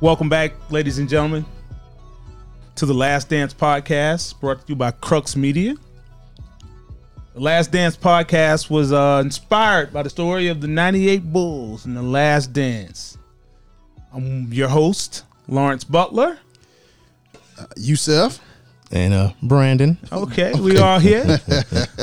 Welcome back, ladies and gentlemen, to the Last Dance podcast brought to you by Crux Media. The Last Dance podcast was uh, inspired by the story of the 98 Bulls and the Last Dance. I'm your host, Lawrence Butler. Yusef. and uh Brandon. Okay, we all here.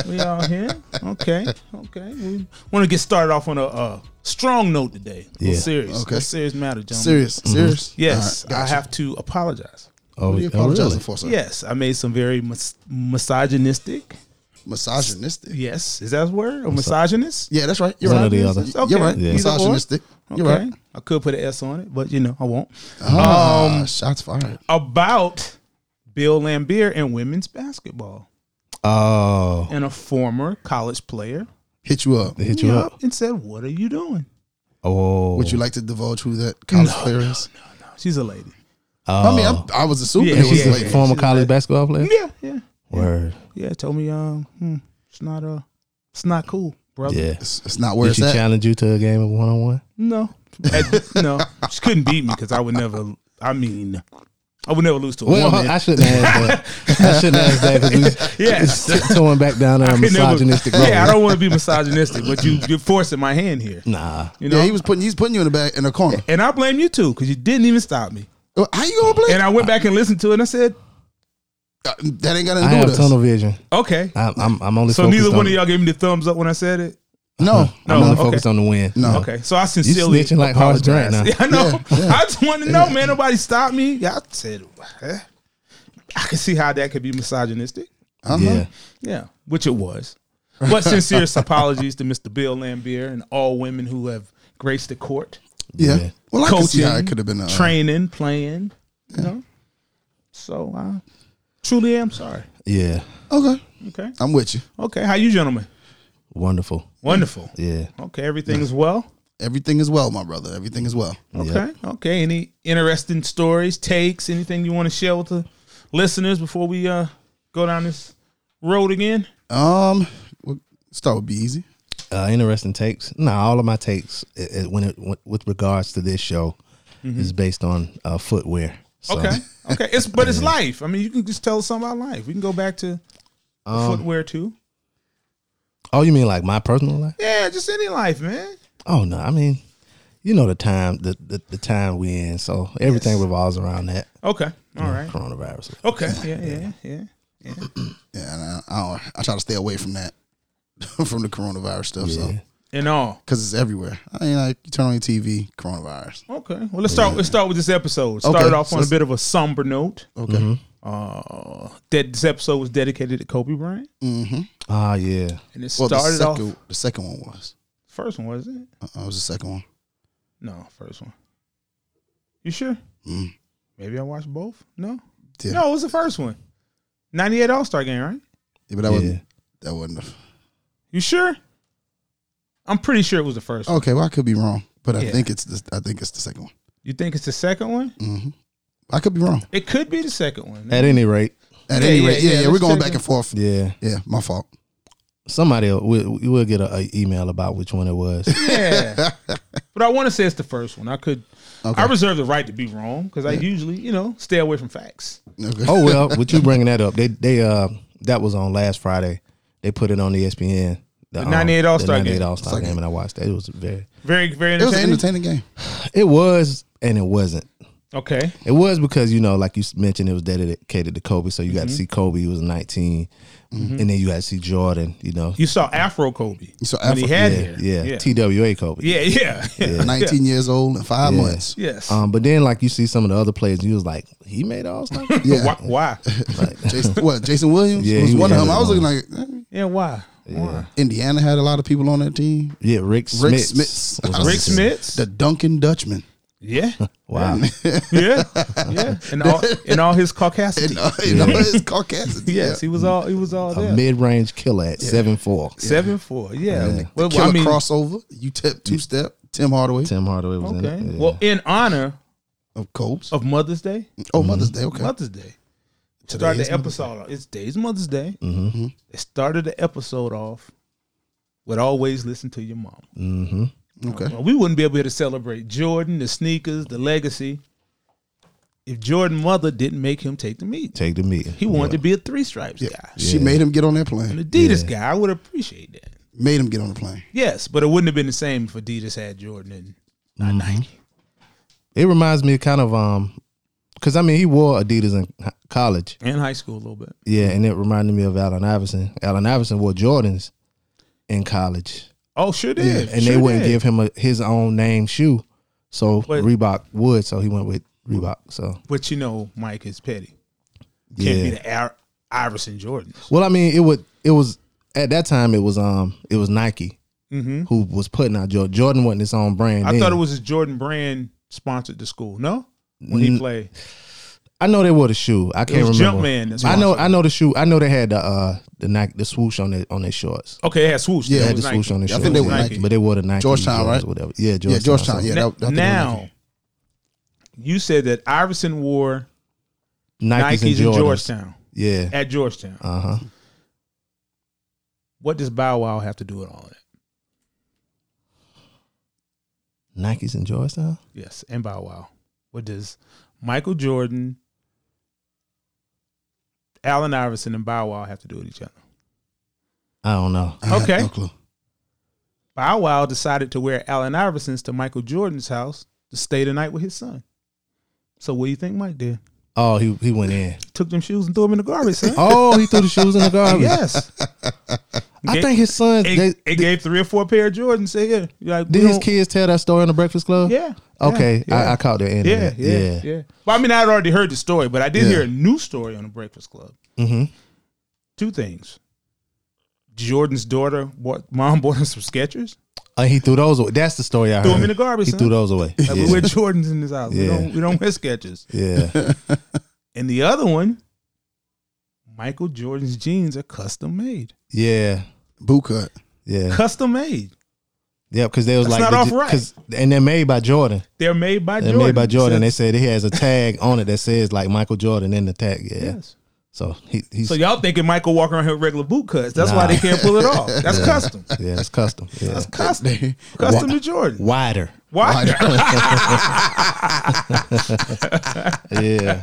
we all here. Okay, okay. We want to get started off on a, uh strong note today. A little Yeah. serious. Okay. A serious matter, gentlemen. Serious. Serious. Yes, All right, I gotcha. have to apologize. Mm-hmm. Oh, What are you oh, apologizing for, sir? Yes, I made some very mis- misogynistic. Misogynistic. Yes, is that a word? Or misogynist? Yeah, that's right. You're One right. or the other. You're right. Yeah. Either or. Misogynistic. You're Okay. right. I could put an S on it, but you know, I won't. Ah, Um, shots fired. About Bill Lambier and women's basketball Oh, and a former college player Hit you up. they hit came you up up. and said, What are you doing? Oh, Would you like to divulge who that college player is? No, she's a lady. Oh. I mean, I'm, I was assuming Yeah, it was yeah, like. yeah. former she's college basketball player. Yeah, yeah. Word. Yeah, told me um hmm, it's not uh it's not cool, brother. Yeah. It's, it's not where Did she it's at. challenge you to a game of one on one? No. At- no. She couldn't beat me because I would never I mean I would never lose to a Well, woman. I shouldn't ask that. I shouldn't ask that because we Yes. yes. tiptoeing back down our I could never- misogynistic road. Yeah, I don't want to be misogynistic, but you, you're forcing my hand here. Nah. You know, Yeah, he was putting. He's putting you in the back in the corner. and I blame you too because you didn't even stop me. How you gonna play? Uh, And I went back and listened to it, and I said, that ain't got nothing to I do have with us. tunnel vision. okay. I'm, I'm, I'm only So focused neither on, one of y'all gave me the thumbs up when I said it. No, I'm No, only okay. focused on the win. No. Okay, so I sincerely snitching like Horace Grant apologize. now. Yeah, I know. Yeah, yeah. I just wanted to know, man. Nobody stopped me. Yeah, I said, eh. I can see how that could be misogynistic. Uh-huh. Yeah. Yeah, which it was. But sincere apologies to Mr. Bill Lambier and all women who have graced the court. yeah. Yeah. Well, I could see coaching, how it could have been uh, training, playing. You know, so I truly am sorry. Yeah. Okay, Okay, I'm with you. okay. How you gentlemen? Wonderful. Wonderful. Yeah. Okay, everything is well. Everything is well, my brother. Everything is well. Yeah. Okay, okay. Any interesting stories, takes, anything you want to share with the listeners before we uh go down this road again? Um, we'll start with be easy. uh, interesting takes. No, all of my takes i i- when it w- with regards to this show is based on uh, footwear. So, Mm-hmm. Okay, okay. It's but it's life. I mean, you can just tell us something about life. We can go back to the footwear too. Oh, you mean like my personal life? Yeah, just any life, man. Oh no, I mean, you know the time the the, the time we in, so everything revolves around that Okay, all right. coronavirus. Okay, yeah, yeah, yeah. Yeah, and I, I, don't, I try to stay away from that, from the coronavirus stuff. So Yeah. In all. because it's everywhere. I mean, like you turn on your TV, coronavirus. Okay. Well, let's start. Let's start with this episode. Started Okay, off so on a let's- bit of a somber note. Okay, Mm-hmm. Uh, that this episode was dedicated to Kobe Bryant, Ah, yeah. and it Mm-hmm. well, the started off. second, the second one was. First one was it? Uh, it was the second one. No, first one. You sure? Mm. Maybe I watched both. No. Yeah. No, it was the first one. Ninety-eight All Star Game, right? Yeah, but that Yeah. wasn't. That wasn't. The, You sure? I'm pretty sure it was the first. one. okay, well, I could be wrong, but I Yeah. think it's. The, I think it's the second one. You think it's the second one? hmm I could be wrong. It could be the second one. At any rate, At Yeah, any yeah, rate, yeah, yeah, yeah, let's we're going check back it. and forth. Yeah, yeah. my fault. Somebody will- we we will get a, a email about which one it was. Yeah. but I want to say it's the first one. I could. Okay. I reserve the right to be wrong because I usually, you know, stay away from facts. Okay. oh well, with you bringing that up, they they uh that was on last Friday. They put it on E ESPN. The, um, 98 the All-Star game. 98 All-Star game, and I watched that. It was very. Very, very it was an entertaining. entertaining game. It was and it wasn't. okay. It was because you know, like you mentioned, it was dedicated to Kobe. So you got to Mm-hmm. see Kobe. He was 19 and then you got to see Jordan. You know, You saw Afro Kobe. You saw when he Afro- had yeah, hair. yeah, yeah, TWA Kobe. yeah, yeah. Nineteen years old and five Yeah. months. Yes. Um, but then like you see some of the other players, and you was like, he made All Star. Yeah, Why? why? Jason, what? Jason Williams Yeah, was he one was of them. I was one looking of like eh, Yeah. Why? Why? Indiana had a lot of people on that team. yeah, Rick Smith. Rick Smith. Rick Smith. The Duncan Dutchman. Yeah. Wow. Yeah. Yeah. And all in all his caucasity. and uh, you know, it's Caucasian. yes, he was all he was all A there. mid range killer at seven four. Seven four. Yeah. Well, Killer I mean, crossover. You tip two step. Tim Hardaway Tim Hardaway was okay. in it. Yeah. Well, in honor of Cobes. of Mother's Day. Oh, Mother's mm-hmm. Day. Okay. Mother's Day. Start Today's the episode off. It's Day's Mother's Day. It started the episode off with always listen to your mom. mm-hmm. Okay. Well, we wouldn't be able to celebrate Jordan, the sneakers, the legacy if Jordan mother didn't make him take the meet. Take the meeting. He wanted to be a three stripes guy. She made him get on that plane. An Adidas guy, I would appreciate that. Made him get on the plane. Yes, but it wouldn't have been the same if Adidas had Jordan and not Nike. It reminds me kind of um, because I mean he wore Adidas in h- college, And high school a little bit. yeah, and it reminded me of Allen Iverson. Allen Iverson wore Jordans in college, Oh, sure did. and they Sure wouldn't did. give him a, his own name shoe, so But- Reebok would, so he went with Reebok. So But you know, Mike is petty. Can't be yeah, the Ar- Iverson Jordans. well, I mean it would it was at that time it was um it was Nike Mm-hmm. who was putting out Jordan. Jordan wasn't his own brand. I then. thought it was his Jordan brand sponsored the school. No, when he N- played, I know they wore the shoe. I can't was remember. Jumpman that's I know. I know the shoe. I know they had the uh the Nike, the swoosh on their on their shorts. okay, it had swoosh. Yeah, That They had the was swoosh Nike. on their I shorts. think they were yeah. Nike. but they were the Nike Georgetown, Jordans, right? Whatever. Yeah, Georgetown. Yeah, Georgetown. so Yeah, Now, that, that now, you said that Iverson wore Nikes, Nikes in and Jordans. Georgetown Yeah. at Georgetown. Uh huh. What does Bow Wow have to do with all that? Nikes and Georgetown. Yes, and Bow Wow. What does Michael Jordan, Allen Iverson, and Bow Wow have to do with each other? I don't know. I had Okay. no clue. Bow Wow decided to wear Allen Iverson's to Michael Jordan's house to stay the night with his son. So what do you think Mike did? Oh, he he went in. Took them shoes and threw them in the garbage, son. Oh, he threw the shoes in the garbage. yes. I think his son. it, They, it gave three or four pair of Jordans. Say, yeah, like, we did his don't- kids tell that story in the Breakfast Club? Yeah. Okay, Yeah. I, I caught the end yeah, of that. yeah, yeah, Well, I mean, I had already heard the story, but I did hear a new story on the Breakfast Club. Mm-hmm. Two things: Jordan's daughter, bought, mom bought him some Skechers. And Uh, he threw those away. That's the story I Threw heard. them in the garbage, He son. threw those away. Like, We Yeah. wear Jordans in this house. We Yeah. don't we don't wear Skechers. yeah. And the other one, Michael Jordan's jeans are custom made. Yeah. Boot cut. Yeah. Custom made. Yeah, because they was That's like, not the- off-right. and they're made by Jordan. They're made by They're Jordan. made by Jordan. So- They said he has a tag on it that says like Michael Jordan in the tag. Yeah. yes. So he, he's So y'all thinking Michael walking around here with regular boot cuts? That's why Nah. they can't pull it off. That's custom. yeah, it's custom. Yeah. That's custom. custom to Jordan. Wider. Why? Yeah.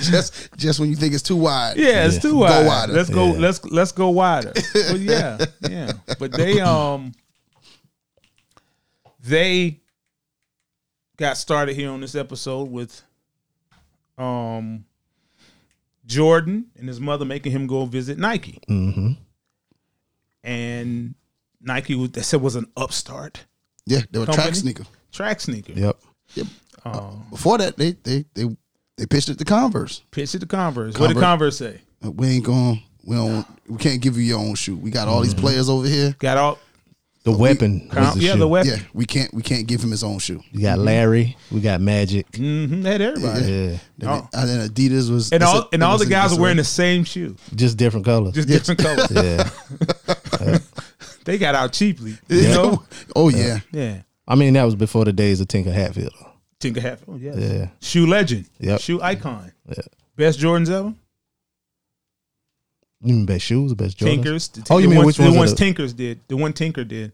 just just when you think it's too wide. Yeah, it's Yeah. too wide. wider. Let's go. Yeah. Let's let's go wider. well, yeah, yeah. But they um they got started here on this episode with um Jordan and his mother making him go visit Nike, hmm and Nike was, they said was an upstart Yeah, they were track Company? sneaker. track sneaker. Yep. Um, Uh, Before that, they they they they pitched it to Converse. pitched it to Converse. What did Converse Converse. say? Uh, We ain't going. We don't. We can't give you your own shoe. We got all Mm-hmm. these players over here. Got all The weapon. was the yeah shoe. the weapon. Yeah, we can't. We can't give him his own shoe. We got Larry. We got Magic. hmm They had everybody. Yeah. Oh. And then Adidas was And it's all a- and it all was the a- guys it's are a- wearing the same shoe, Just different colors. just different colors. yeah. They got out cheaply, you Yeah. know. Oh yeah, Yeah, I mean, that was before the days of Tinker Hatfield. Tinker Hatfield. Yes. Yeah. Shoe legend. Yep. Shoe icon. Yeah. Best Jordans ever. You mean best shoes, best Jordans? Tinkers. The, Oh, you the mean ones, which the ones are ones the- Tinkers did? The one Tinker did.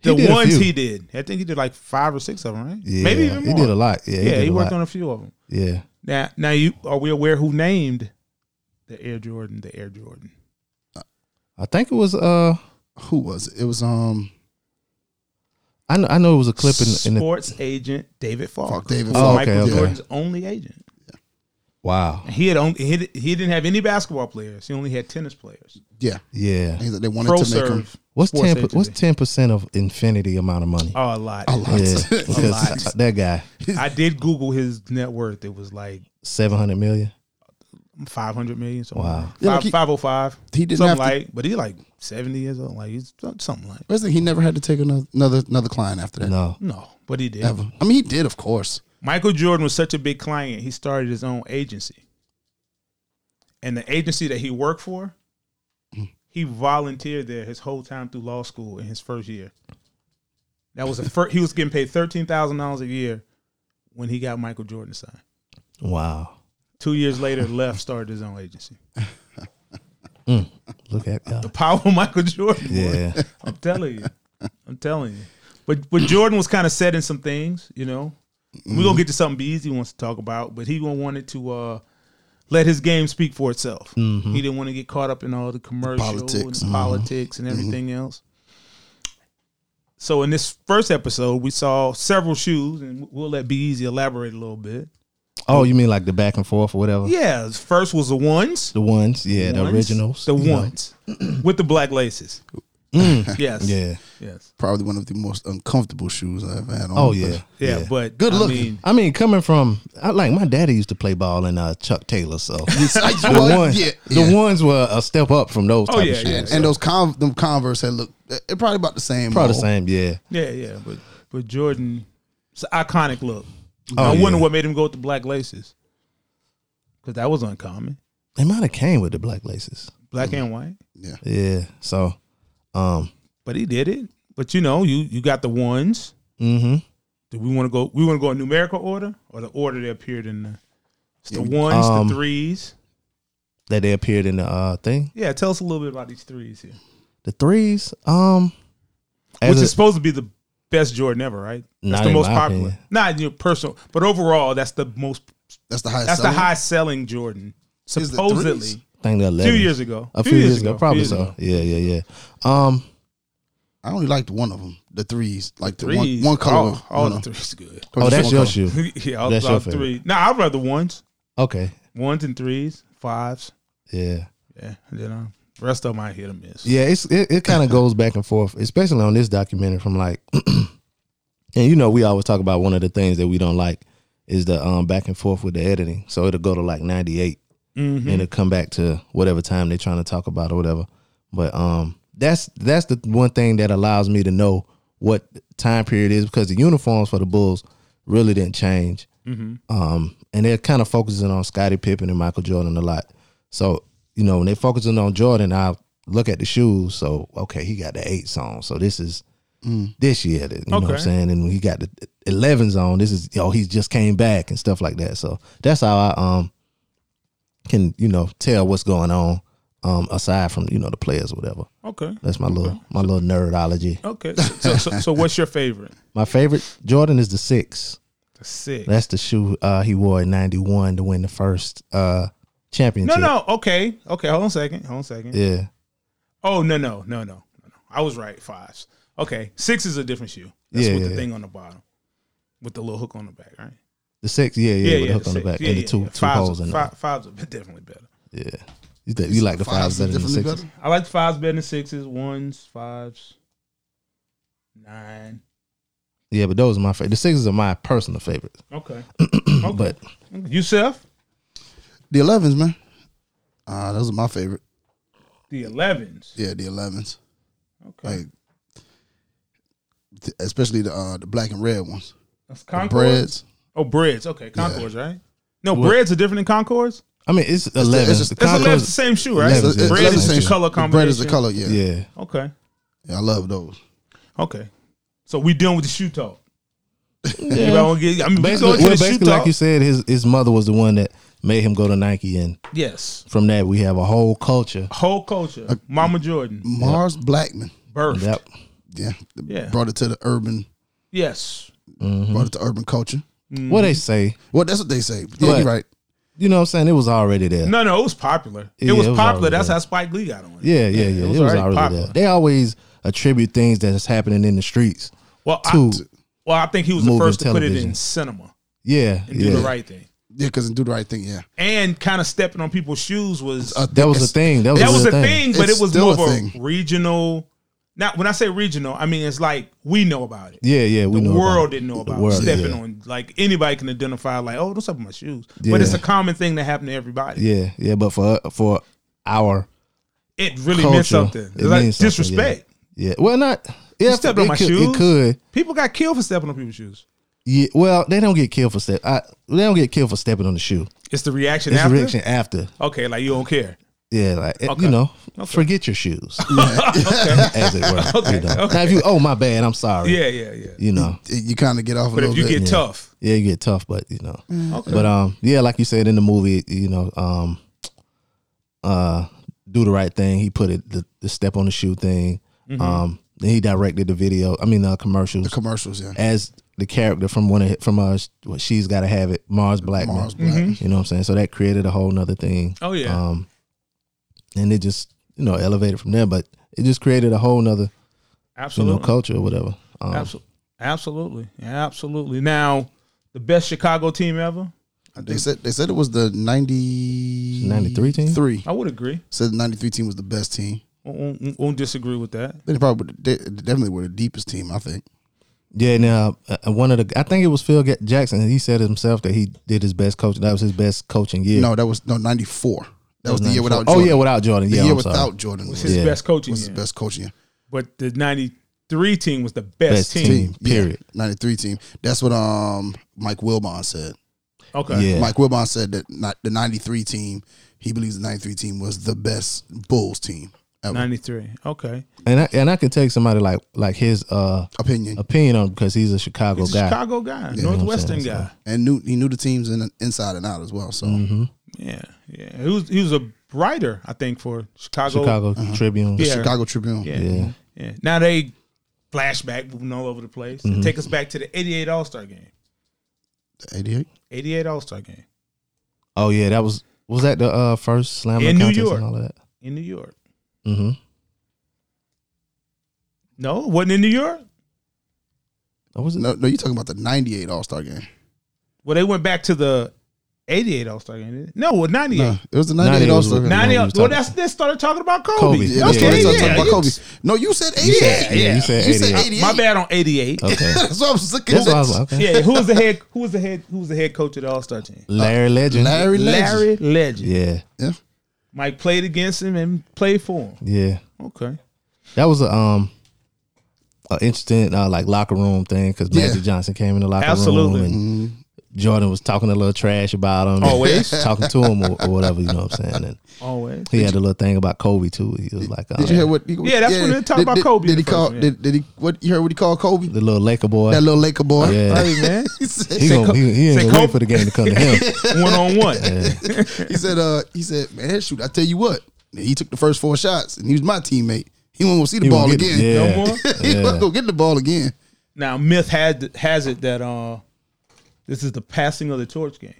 He The did a ones few. he did. I think he did like five or six of them, right? Yeah. Maybe even more. He did a lot. Yeah. He yeah, did he a worked lot. on a few of them. Yeah. Now, now you are we aware who named the Air Jordan? The Air Jordan. I think it was uh who was it? It was um I know, I know it was a clip in, in the Sports agent David Falk. Fuck David who was Falk. Michael Okay, okay. Jordan's only agent. Wow. He had only he, did- he didn't have any basketball players. He only had tennis players. yeah. Yeah. They they wanted Pro to make him serve. What's sports ten? What's agency. ten percent of infinity amount of money? Oh, a lot. a lot. yeah, because that guy I did Google his net worth. It was like seven hundred million. five hundred million. So Wow. Yeah, five like he- five oh five. he didn't something have to- like. But he like seventy years old. Like he's something like. Listen, he never had to take another another, another client after that. No, No, but he did. Ever. I mean, he did, of course. Michael Jordan was such a big client. He started his own agency, and the agency that he worked for, he volunteered there his whole time through law school in his first year. That was the first. he was getting paid thirteen thousand dollars a year when he got Michael Jordan signed. wow. Two years later, left started his own agency. Look at The God. power of Michael Jordan. boy. Yeah, I'm telling you. I'm telling you. But but Jordan was kind of setting some things, you know. We're Mm-hmm. gonna get to something BZ wants to talk about, but he gonna wanted to uh, let his game speak for itself. Mm-hmm. He didn't want to get caught up in all the commercial Politics. and politics Mm-hmm. and everything else. So in this first episode, we saw several shoes, and we'll let BZ elaborate a little bit. Oh, you mean like the back and forth or whatever? Yeah, first was the ones. The ones, yeah, the ones, originals. The you know. Mm. ones with the black laces. yes. Yeah. Yes. Probably one of the most uncomfortable shoes I ever had on. Oh but yeah. Yeah, but Good I looking. I mean, mean, coming from I, like my daddy used to play ball in uh, Chuck Taylor, so the, well, ones, yeah, the yeah. ones were a step up from those. Oh, type yeah, of shoes. yeah. And, and those con- them Converse had looked they're probably about the same. probably the mold. same. Yeah, yeah, yeah, but but Jordan, it's an iconic look. Oh, I wonder yeah. what made him go with the black laces, because that was uncommon, they might have came with the black laces. black and white. Yeah, so um, But he did it. But you know, you you got the ones. mm-hmm. Do we want to go? We want to go in numerical order or the order that appeared in the. It's the ones, Um, the threes. that they appeared in the uh thing. Yeah, tell us a little bit about these threes here, The threes, um, as which a- is supposed to be the best Jordan ever, right? That's Not the in most my popular. opinion. Not in your personal, but overall, that's the most. That's the highest. That's selling? the high selling Jordan, the threes? supposedly. I think the A few 11s. years ago. a few years ago, a probably few so. years ago. Yeah, yeah, yeah. Um, I only liked one of them, the threes, like the Threes. one, one color. All, all one the of- threes good. oh, that's one color. your shoe. yeah, all, That's all your three. No, nah, I'd rather ones, Okay, ones and threes, fives. yeah. Yeah, and then um, the rest of them I hit or miss. Yeah, it's it, it kind of goes back and forth, especially on this documentary from like and you know, we always talk about one of the things that we don't like is the um back and forth with the editing. So it'll go to like 98 and it'll come back to whatever time they're trying to talk about or whatever. But um that's that's the one thing that allows me to know what time period is because the uniforms for the Bulls really didn't change. Um, and they're kind of focusing on Scottie Pippen and Michael Jordan a lot. So, you know, when they're focusing on Jordan, I look at the shoes. So, okay, he got the eights on. So this is this year. that- You know what I'm Okay. saying? And when he got the 11s on, this is, yo, he just came back and stuff like that. So that's how I um can, you know, tell what's going on um aside from, you know, the players or whatever. Okay. That's my little my little nerdology. Okay. So, so, so what's your favorite? My favorite Jordan is the six. The six. That's the shoe uh, he wore in '91 to win the first uh, No, championship. no. Okay. Okay. Hold on a second. Hold on a second. Yeah, Oh no no no no no no! I was right. Fives. Okay, six is a different shoe. That's Yeah, with yeah, the yeah. thing on the bottom, with the little hook on the back, right? the six. Yeah, yeah, with the hook on the six. back Yeah, and the yeah, two yeah. two fives, holes fi- in there. fives are definitely better. Yeah, you, th- you like the fives better than the definitely sixes? better. I like fives better than sixes, ones, fives, nine. Yeah, but those are my favorite. The sixes are my personal favorites. Okay, okay. But Yusef, The elevens, man. Uh, those are my favorite. the elevens. Yeah, the elevens. Okay, Like, th- especially the uh, the black and red ones. that's The Concords. breads. Oh, breads. Okay, Concords, right? No, breads are different than Concords. I mean, it's eleven. it's just- The it's That's Concours- elevens, the same shoe, right? Elevens, yeah. Bread Elevens is same the shoe. color The combination. bread is the color. Yeah. yeah, yeah, Okay, I love those. okay. So we dealing with the shoe talk. yeah. If I don't get- I mean, we Basically, go to well, the shoe basically, talk. like you said, his his mother was the one that made him go to Nike, and yes, from that we have a whole culture. whole culture. Mama Jordan, Mars Blackman. birth. Yep. Yeah. Yeah. Brought it to the urban. Yes, Mm-hmm. Brought it to urban culture. What they say, Well, that's what they say. Yeah, Right. you're right. you know, what I'm saying it was already there. no, no, it was popular. It Yeah, was it was popular. already That's there. how Spike Lee got on. it. Yeah, yeah, yeah. It was, already, popular. there. They always attribute things that is happening in the streets Well, I, to well, I think he was the Movie first to put it in television. cinema yeah, and yeah. do the right thing, Yeah, because do the right thing. Yeah. and kind of stepping on people's shoes was Uh, That was it's- a thing. That was, that was a real thing, but It's it was still more a of a thing. regional. Not when I say regional, I mean it's like we know about it. Yeah, yeah. We the know about world it. didn't know The about world, stepping yeah. on like anybody can identify like oh those up with my shoes Yeah. but it's a common thing that happened to everybody Yeah, yeah. But for for our it really culture, meant something it It's like means something, disrespect yeah, well, not yeah. stepped it on my could, shoes. It could. people got killed for stepping on people's shoes Yeah. Well, they don't get killed for step. I, they don't get killed for stepping on the shoe. it's the reaction It's a after reaction after. okay like you don't care Yeah, like it- Okay. you know, forget your shoes, okay as it were. Okay, You know. okay. Now, if you oh my bad, I'm sorry. yeah yeah yeah You know. You kind of get off a but little if you bit. get tough Yeah, you get tough, but you know. okay But um, yeah, like you said in the movie, you know, um, Mm-hmm. uh, do the right thing. He put it the, the step on the shoe thing. Um, Then he directed the video. I mean, uh, commercials The commercials, yeah. as the character from one of, from us. What she's got to have it, Mars Blackman. Mars Black. You know what I'm saying? So that created a whole nother thing. Oh, yeah. Um, and it just you know elevated from there, but it just created a whole nother you know Absolutely. culture or whatever. Um, Absolutely. Absolutely. Absolutely. Now, the best Chicago team ever? They said they said it was the 90, 93 team? Oh. Three I would agree. said the ninety three team was the best team. Won't, won't- won't disagree with that. They probably they definitely were the deepest team. I think. Yeah. Now uh, one of the I think it was Phil Ga- Jackson. He said himself that he did his best coaching. That was his best coaching year. No, that was no ninety four. That was the year 94. without. Oh Jordan. yeah, without Jordan. the yeah, year I'm without sorry. Jordan It's was, his Yeah. best coaching. was his year. best coaching. But the 93 team was the best, Best team. team. Period. ninety three team. That's what um Mike Wilbon said. Okay. Yeah. Mike Wilbon said that not the ninety three team. He believes the ninety three team was the best Bulls team ever. 93. Okay. And I, and I can take somebody like like his uh Opinion opinion on because he's a Chicago He's a guy. Chicago guy, Yeah. Northwestern You know what I'm guy. and knew he knew the teams in, inside and out as well. So Mhm. Yeah. Yeah. He was, he was a writer, I think, for Chicago. Chicago Uh-huh. Tribune. Yeah. Chicago Tribune. Yeah. Yeah. Yeah. Now they flashback moving all over the place. Mm-hmm. They Take us back to the 88 All Star game. eighty eight. 88 All Star game Oh yeah, that was was that the uh first slam In dunk New contest York. and all of that. in New York. Mm-hmm. No, it wasn't in New York. That Oh, was it. No, no, you're talking about the ninety eight All Star game. Well, they went back to the 88 All Star game. didn't they? No, well, 98. No, it was the 98 98 All was- Star game. Nah, 90, you was well, talking- that's they started talking about Kobe. Kobe. Yeah, Okay, that's yeah, what they started yeah, talking about Kobe. No, you said 88. said- yeah, you said You said 88. 88. My bad on 88. Okay. That's what I was looking That's at. why I was like, okay. yeah, who was the head? Who was the head? Who was the head coach of the All Star team? Larry Legend. Larry Legend. Larry Legend. Yeah, Yeah. Mike played against him and played for him. yeah. Okay. That was a um an interesting uh, like locker room thing because Yeah. Magic Johnson came in the locker Absolutely. Mm-hmm. room and Jordan was talking a little trash about him. and Always. talking to him or, or whatever. You know what I'm saying? And Always. he had a little thing about Kobe too. He was like, uh, Did you hear what? Yeah, that's when they talk did- about did- Kobe Did the he call? first, yeah. Did, did he? What you heard? What he called Kobe? the little Laker boy? That little Laker boy. Yeah. Hey man, he said. he, gonna, Kobe- he, he say ain't gonna wait Kobe. for the game to come to him. one on one. He said. Uh, he said, man, shoot, I tell you what. He took the first four shots, and he was my teammate. He won't go see the He ball won't get- again. yeah. No more? he Yeah. won't go get the ball again. Now, myth had has it that uh, this is the passing of the torch game.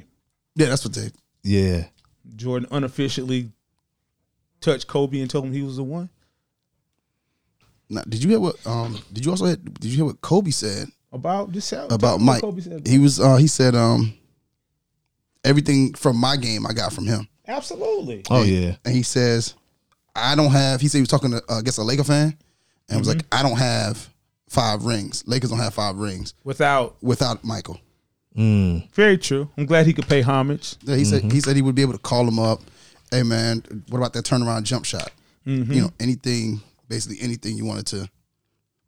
Yeah, that's what they. Yeah, Jordan unofficially touched Kobe and told him he was the one. Now, did you hear what? Um, did you also hear, did you hear what Kobe said About this about Mike? Kobe said, He was. Uh, he said. Um, everything from my game, I got from him. absolutely. oh yeah, and he says, "I don't have." He said he was talking to uh, I guess a Laker fan, and was like, "I Mm-hmm. don't have five rings. Lakers don't have five rings Without without Michael." mm, very true. I'm glad he could pay homage. Yeah, He said Mm-hmm. he said he would be able to call him up. Hey man, what about that turnaround jump shot? Mm-hmm. You know, anything basically anything you wanted to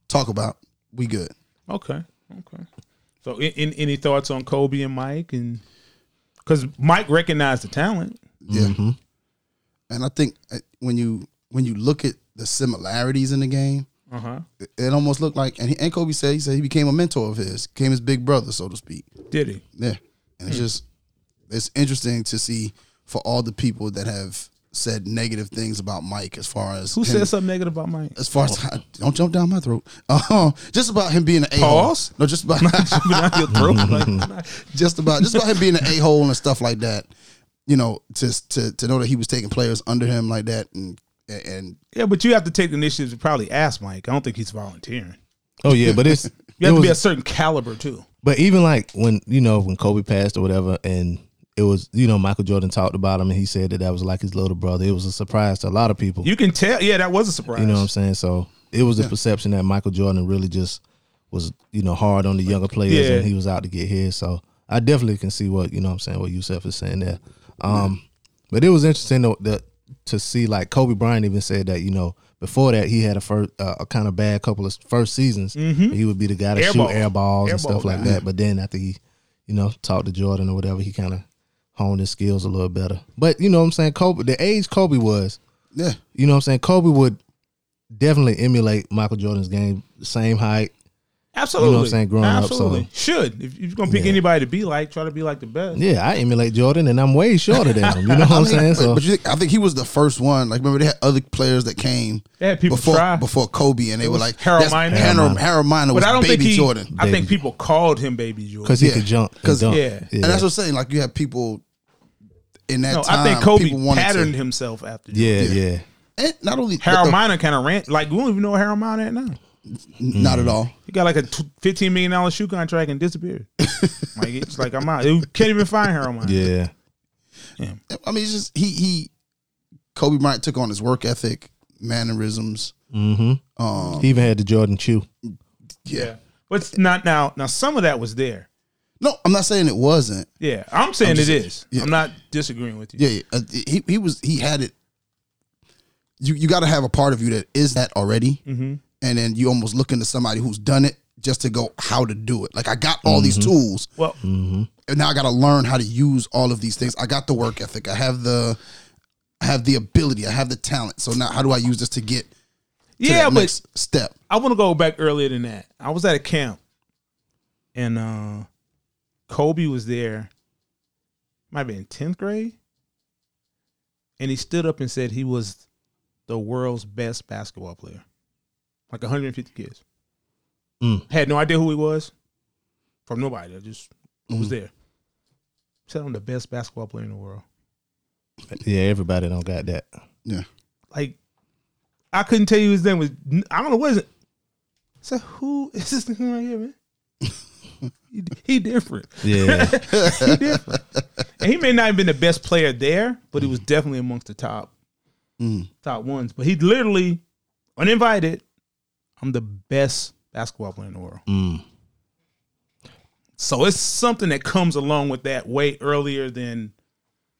talk about, we good. Okay, okay. So, in, in, any thoughts on Kobe and Mike? And because Mike recognized the talent, Yeah. Mm-hmm. And I think uh, when you when you look at the similarities in the game, uh huh, it, it almost looked like and, he, and Kobe said he said he became a mentor of his, became his big brother, so to speak. did he? Yeah, and it's just it's interesting to see for all the people that have said negative things about Mike as far as Who him- said something negative about Mike? as far as don't jump down my throat. Uh, just about him being an a hole. Pause. No, just about Jumping out your throat, like, just about just about him being an a hole and stuff like that. You know, to to to know that he was taking players under him like that and and yeah, but you have to take the initiative to probably ask Mike. I don't think he's volunteering. oh yeah. But it's You have it to be was- a certain caliber too. But even like when you know when Kobe passed or whatever, and it was you know Michael Jordan talked about him and he said that that was like his little brother. It was a surprise to a lot of people. You, You can tell. Yeah, that was a surprise. know what I'm saying? So it was the perception that Michael Jordan really just was you know hard on the younger players Yeah. and he was out to get his. So I definitely can see what you know what I'm saying what Yusef is saying there. Um, but it was interesting though that to see like Kobe Bryant even said that you know. Before that, he had a first, uh, a kind of bad couple of first seasons. He would be the guy to Mm-hmm. Air shoot ball. air balls Air and stuff ball like guy. that. But then after he, you know, talked to Jordan or whatever, he kind of honed his skills a little better. But you know what I'm saying? Kobe, the age Kobe was, yeah, you know what I'm saying? Kobe would definitely emulate Michael Jordan's game, same height, Absolutely. I'm saying? Growing up, so- Absolutely. Should. If you're going to pick Yeah. anybody to be like, try to be like the best. Yeah, I emulate Jordan, and I'm way shorter than him. You know what I'm saying? But- So but you think, I think he was the first one. Like, remember they had other players that came They had people before try. before Kobe, and they were like Harold that's- Miner. Harold, Harold Miner was But I don't baby think he. Jordan. I think Baby. people called him Baby Jordan. because he Yeah. could jump, could 'Cause- dunk. yeah. yeah, And And that's what I'm saying. Like, you have people in that No, time. I think Kobe people wanted patterned to, himself after. Jordan. yeah, Yeah. yeah. And not only but Harold the- Miner kind of ran like we don't even know where Harold Miner at now. not Mm. at all. He got like a tw- fifteen million dollar shoe contract and disappeared. like it's like I'm out. You can't even find Harold Miner. yeah. I mean, it's just he he. Kobe Bryant took on his work ethic, mannerisms. Mm-hmm. Um, He even had the Jordan Chew. yeah. but it's not now. Now some of that was there. No, I'm not saying it wasn't. Yeah, I'm saying I'm just- it is. yeah. I'm not disagreeing with you. Yeah, yeah. Uh, he he was he had it. You you got to have a part of you that is that already, Mm-hmm. and then you almost look into somebody who's done it just to go how to do it. Like I got all these Mm-hmm. tools, Well, Mm. and now I got to learn how to use all of these things. I got the work ethic. I have the, I have the ability. I have the talent. So now how do I use this to get to yeah, that but next step? I want to go back earlier than that. I was at a camp, and uh Kobe was there. Might have been tenth grade, and he stood up and said he was the world's best basketball player. Like 150 kids Mm. had no idea who he was from nobody. I just was there. Said I'm the best basketball player in the world. Yeah, everybody don't got that. Yeah, like I couldn't tell you his name was I don't know what is it. So who is this nigga right here, man? he, he different. Yeah, He different. and he may not have been the best player there, but he was definitely amongst the top Mm. top ones. But he literally uninvited. I'm the best basketball player in the world. Mm. So it's something that comes along with that way earlier than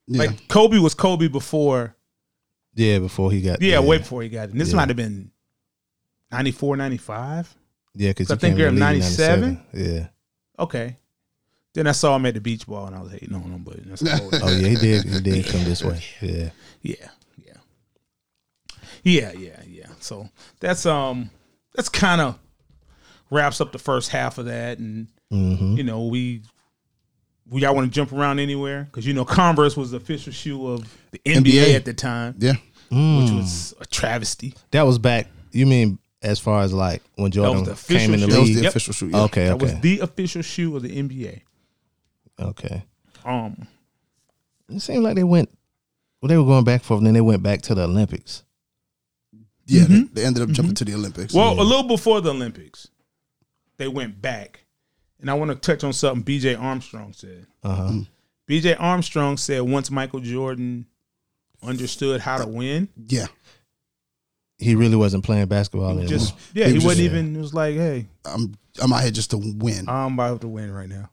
yeah. like Kobe was Kobe before yeah. Before he got Yeah, yeah. way before he got it. And this Yeah. might have been 94, 95. Yeah, because I think you're in 97? Yeah. Okay. Then I saw him at the beach ball and I was hating on him, but that's a whole Oh yeah, he did. He did come this way. Yeah. yeah, yeah. Yeah, yeah, yeah. So that's um that's kind of wraps up the first half of that and Mm-hmm. you know, we we y'all want to jump around anywhere cuz you know Converse was the official shoe of the NBA, NBA. at the time, yeah. which was Mm. a travesty. That was back. You mean as far as like when Jordan the official came in the show. That was league? the Yep. official shoot. Yeah. Okay. That was Okay. the official shoe of the NBA. Okay. Um It seemed like they went. Well, they were going back and forth, and then they went back to the Olympics. Yeah, they- they, ended up jumping to the Olympics. Mm-hmm. Well, a little before the Olympics, they went back. And I want to touch on something BJ Armstrong said. Uh huh. Mm. BJ Armstrong said once Michael Jordan understood how to win, yeah, He really wasn't playing basketball anymore. just yeah, He he, was wasn't just- even it was like, hey, I'm I'm out here just to win. I'm about to win right now.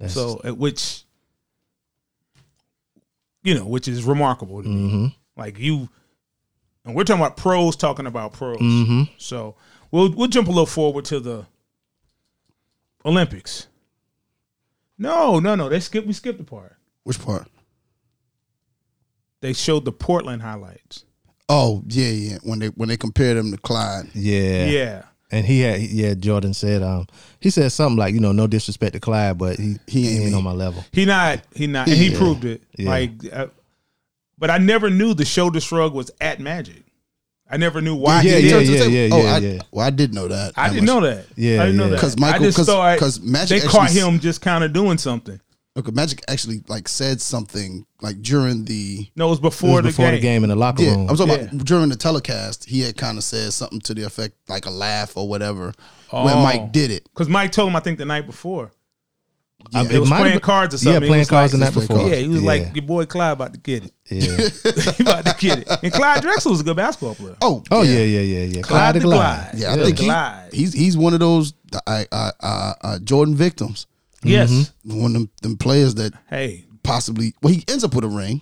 That's- So at which you know, which is remarkable to me. Mhm. Like you and we're talking about pros talking about pros. Mhm. So we'll we'll jump a little forward to the Olympics. No, no, no. They skipped we skipped the part. Which part? They showed the Portland highlights. Oh yeah, yeah. When they when they compared him to Clyde, Yeah. Yeah. And he had yeah. Jordan said um. He said something like you know no disrespect to Clyde, but he He he ain't ain't, me. on my level. He not he not and he Yeah. proved it. Yeah. Like uh, but I never knew the shoulder shrug was at Magic. I never knew why Yeah, he yeah, did. it. yeah, yeah, oh, yeah, I, yeah. Well, I did know that. I didn't know that. Yeah, I didn't know yeah. that. 'Cause I Michael- just 'cause- thought 'cause Magic they caught actually- him just kind of doing something. Okay, Magic actually like said something like during the No, it was It before, was before the game in the locker yeah. room. I'm talking Yeah. about during the telecast. He had kind of said something to the effect like a laugh or whatever when Oh. Mike did it. Because Mike told him, I think, the night before. I- It was might have playing been- cards or Yeah, something. He playing was cards like- the night Just before. Yeah, he was yeah, like, your boy Clyde about to get it. yeah. he about to get it. And Clyde Drexel was a good basketball player. Oh, Oh yeah, yeah, yeah, yeah. Clyde the Glide. yeah. I think he- Glide. he's he's one of those I, I, I, I, Jordan victims. Mm-hmm. yes. One of them, them players that Hey, possibly well he ends up with a ring.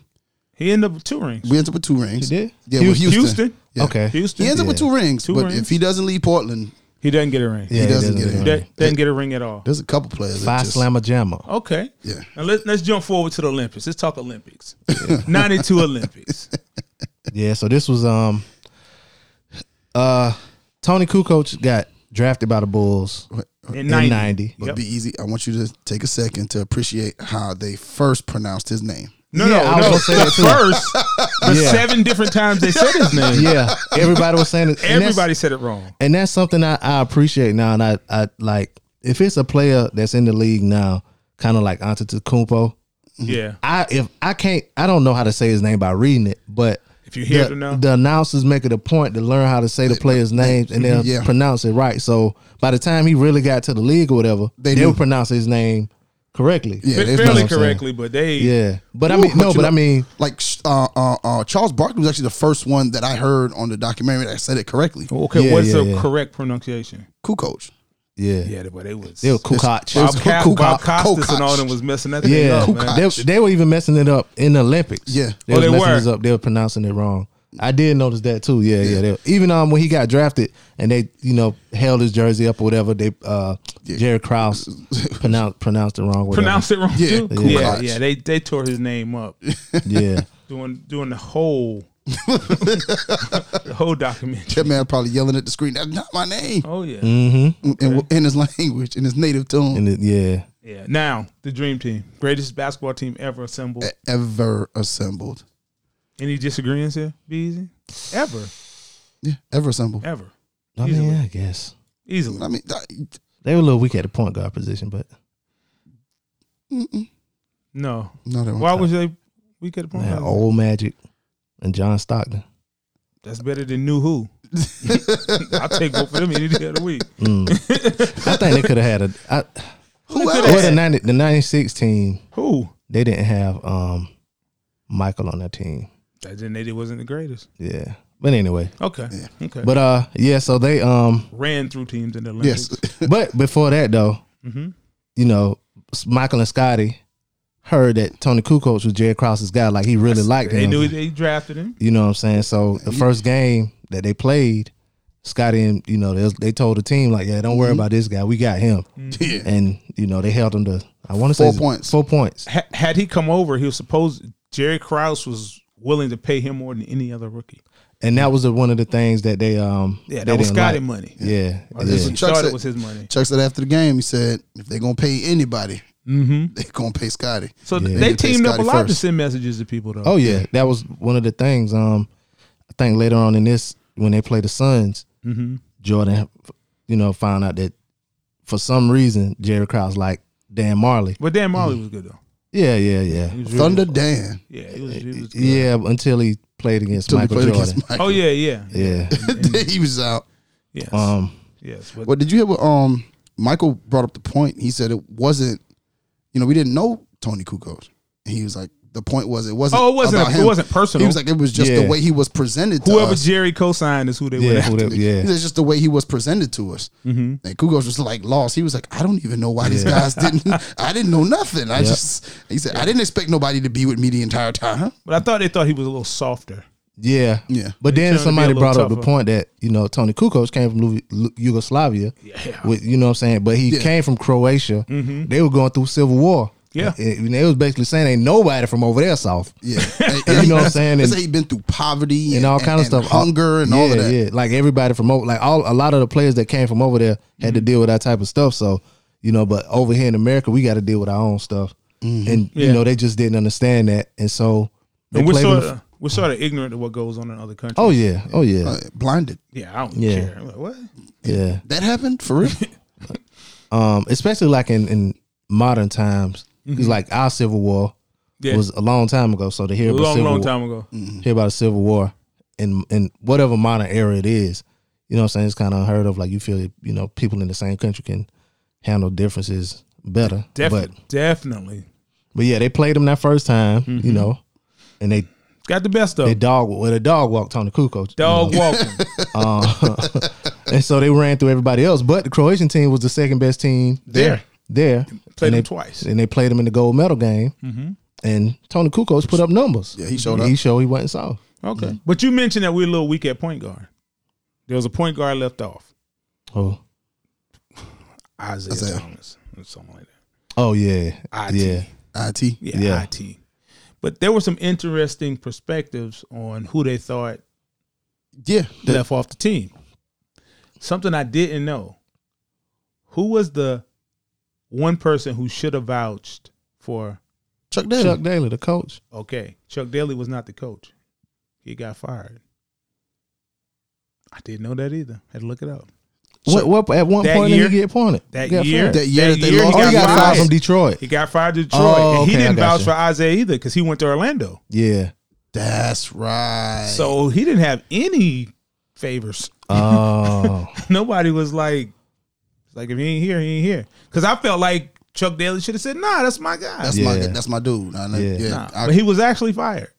he ended up with two rings. We ends up with two rings. He did? Yeah, with Houston. Houston. Yeah. Okay. Houston. He ends up with two rings, Two but rings. if he doesn't leave Portland, He doesn't get a ring. Yeah, he doesn't get He it. doesn't doesn't get a ring at all. there's a couple players. That Five just, slammer jammer. Okay. Yeah. Now let's, let's jump forward to the Olympics. Let's talk Olympics. 92 Olympics. Yeah, so this was um uh Tony Kukoc got drafted by the Bulls. in in 90. 90. But Yep. be easy. E I want you to take a second to appreciate how they first pronounced his name. No, Yeah, I no, was no. gonna say The that too. first, the Yeah. seven different times they said his name, Yeah, everybody was saying it. and that's- everybody said it wrong. and that's something I, I appreciate now. And I, I like if it's a player that's in the league now, kind of like Antetokounmpo. Yeah. I if I can't, I don't know how to say his name by reading it, but If you hear it the, or not. the announcers make it a point to learn how to say the players' names and they'll Yeah. pronounce it right. So by the time he really got to the league or whatever, They they will knew. pronounce his name correctly. Yeah, Fa- there's fairly no- correctly, but they yeah. But I Ooh, mean, no, you but know, I mean, like sh- uh, uh, uh, Charles Barkley was actually the first one that I heard on the documentary that said it correctly. Okay, Yeah, what's yeah, the yeah. correct pronunciation? Cool coach. yeah, Yeah, but they was they were Kukoc. it's- Bob, Ku- Ca- Kukoc- Bob Costas and all Kukoc. them was messing that thing Yeah, up, man. they, they were even messing it up in the Olympics. Yeah. they, Oh, was they messing were. this up. They were pronouncing it wrong. I did notice that too. Yeah, yeah. they- even um when he got drafted and they you know held his jersey up or whatever, they uh Jerry Krause pronounced pronounced it wrong. Whatever. Pronounced it wrong Yeah, too. Kukoc. Yeah, yeah, they they tore his name up Yeah, doing doing the whole the whole documentary. That man probably yelling at the screen. That's not my name. Oh yeah, Mm. In, in his language, in his native tongue, and it, yeah, yeah. Now the dream team, greatest basketball team ever assembled. Eh. ever assembled. Any disagreements here? Be easy. Ever, Yeah, ever assembled. ever, I Easily. mean, yeah, I guess easily. I mean, that- they were a little weak at the point guard position, but No. no, they Why won't. was they? We could they had have old Magic and John Stockton. That's better than new who. I'll take both of them any day of the week. Mm. I think they could have had a. I, Who Look at well, else? the ninety the ninety six team Who? they didn't have um Michael on that team. That didn't. It wasn't the greatest. Yeah. But anyway. Okay. Okay. But uh yeah, so they um Ran through teams in the Olympics. Yes, but before that though, Mhm. you know, S- Michael and Scotty heard that Tony Kukoc was Jerry Krause's guy, like he really liked They him. knew they drafted him. you know what I'm saying? So the first game that they played, Scotty and you know, they, they told the team like, Yeah, don't worry Mm-hmm. about this guy, we got him. yeah. And you know, they held him to I wanna say Four it's points. Four points. Ha- had he come over, he was supposed. Jerry Krause was willing to pay him more than any other rookie. And that was the, one of the things that they um Yeah, they that was didn't Scotty like. money. Yeah. He That's yeah. what Chuck thought it said. was his money. Chuck said after the game, he said, if they're gonna pay anybody, Mm-hmm. they're gonna pay Scotty. So Yeah. they They paid teamed up a Scotty lot to first. send messages to people, though. Oh yeah, that was one of the things. Um, I think later on in this, when they play the Suns, Mm-hmm. Jordan, you know, found out that for some reason Jerry Krause like Dan Marley. But Dan Marley was good though. Yeah, yeah, yeah, He was really- Thunder Dan. Yeah, he was. He was good. yeah. Until he played against Till he Michael played Jordan. against Michael. Oh yeah, yeah, Yeah. he was out. yes, Um. yes. But Well, did you hear what um Michael brought up the point? He said it wasn't, you know, we didn't know Tony Kukoc. And he was like, the point was it wasn't. Oh, it wasn't- about it him. wasn't personal. He was like, it was just Yeah. the way he was presented. To whoever us. Jerry co-signed is who they Yeah. were. whatever, He yeah. said, It's just the way he was presented to us. Mm-hmm. And Kukoc was like lost. He was like, I don't even know why these guys didn't. I didn't know nothing. I just he said I didn't expect nobody to be with me the entire time. But I thought they thought he was a little softer. Yeah. Yeah. But They trying to then be a somebody little brought up the tougher. point that, you know, Tony Kukoc came from Lu- Lu- Yugoslavia. Yeah. Mm-hmm. With, you know what I'm saying? But he Yeah. came from Croatia. They were going through civil war. Yeah. And, and they was basically saying ain't nobody from over there soft. Yeah, And- and You he- know what I'm saying? They And- say he'd been through poverty and all kind of stuff, All- hunger and all of yeah, that. Yeah, like everybody from over, like all a lot of the players that came from over there had Mm-hmm. to deal with that type of stuff. So you know, but over here in America, we got to deal with our own stuff, Mm-hmm. and Yeah. you know they just didn't understand that, and so they And we're played sort with- of we're sort of ignorant of what goes on in other countries. oh yeah, oh yeah, Uh, blinded. yeah, I don't Yeah. care. I'm like, what? yeah. That happened for real. Um, especially like in in modern times, because like our Civil War Mm-hmm. Yeah, was a long time ago. So to hear a about long, Civil long War- Mm, time ago. hear about a civil war in in whatever modern era it is, you know what I'm saying? It's kind of unheard of. Like you feel, you know, people in the same country can handle differences better. Definitely, But definitely but yeah, they played them that first time, Mm-hmm. you know, and they got the best of they him. dog well the dog walked on the Kukoc. you dog know. walking. and so they ran through everybody else. But the Croatian team was the second best team There. There Played And him they- twice. and they played them in the gold medal game. Mm-hmm. And Tony Kukoc put up numbers. Yeah, he showed He up. showed he wasn't soft. Okay, but you mentioned that we're a little weak at point guard. There was a point guard left off, Oh, Isaiah, Isaiah. Thomas, or something like that. oh yeah, IT. yeah. It. Yeah, Yeah. IT. But there were some interesting perspectives on who they thought Yeah. left off the team. Something I didn't know. Who was the one person who should have vouched for? Chuck Daly. Chuck Daly, the coach. Okay, Chuck Daly was not the coach. He got fired. I didn't know that either. Had to look it up. What, what at one That point year? did he get appointed? That He got year, fired. That year that they he lost- Oh, he got fired. fired from Detroit. He got fired to Detroit, Oh, and he okay, I didn't got vouch you. for Isaiah either because he went to Orlando. Yeah. That's right. So he didn't have any favors. Oh. Nobody was like, it's like if he ain't here, he ain't here. Because I felt like Chuck Daly should have said, "Nah, that's my guy." that's my Yeah. that's my dude. I know- Yeah. yeah, Nah. I- but he was actually fired.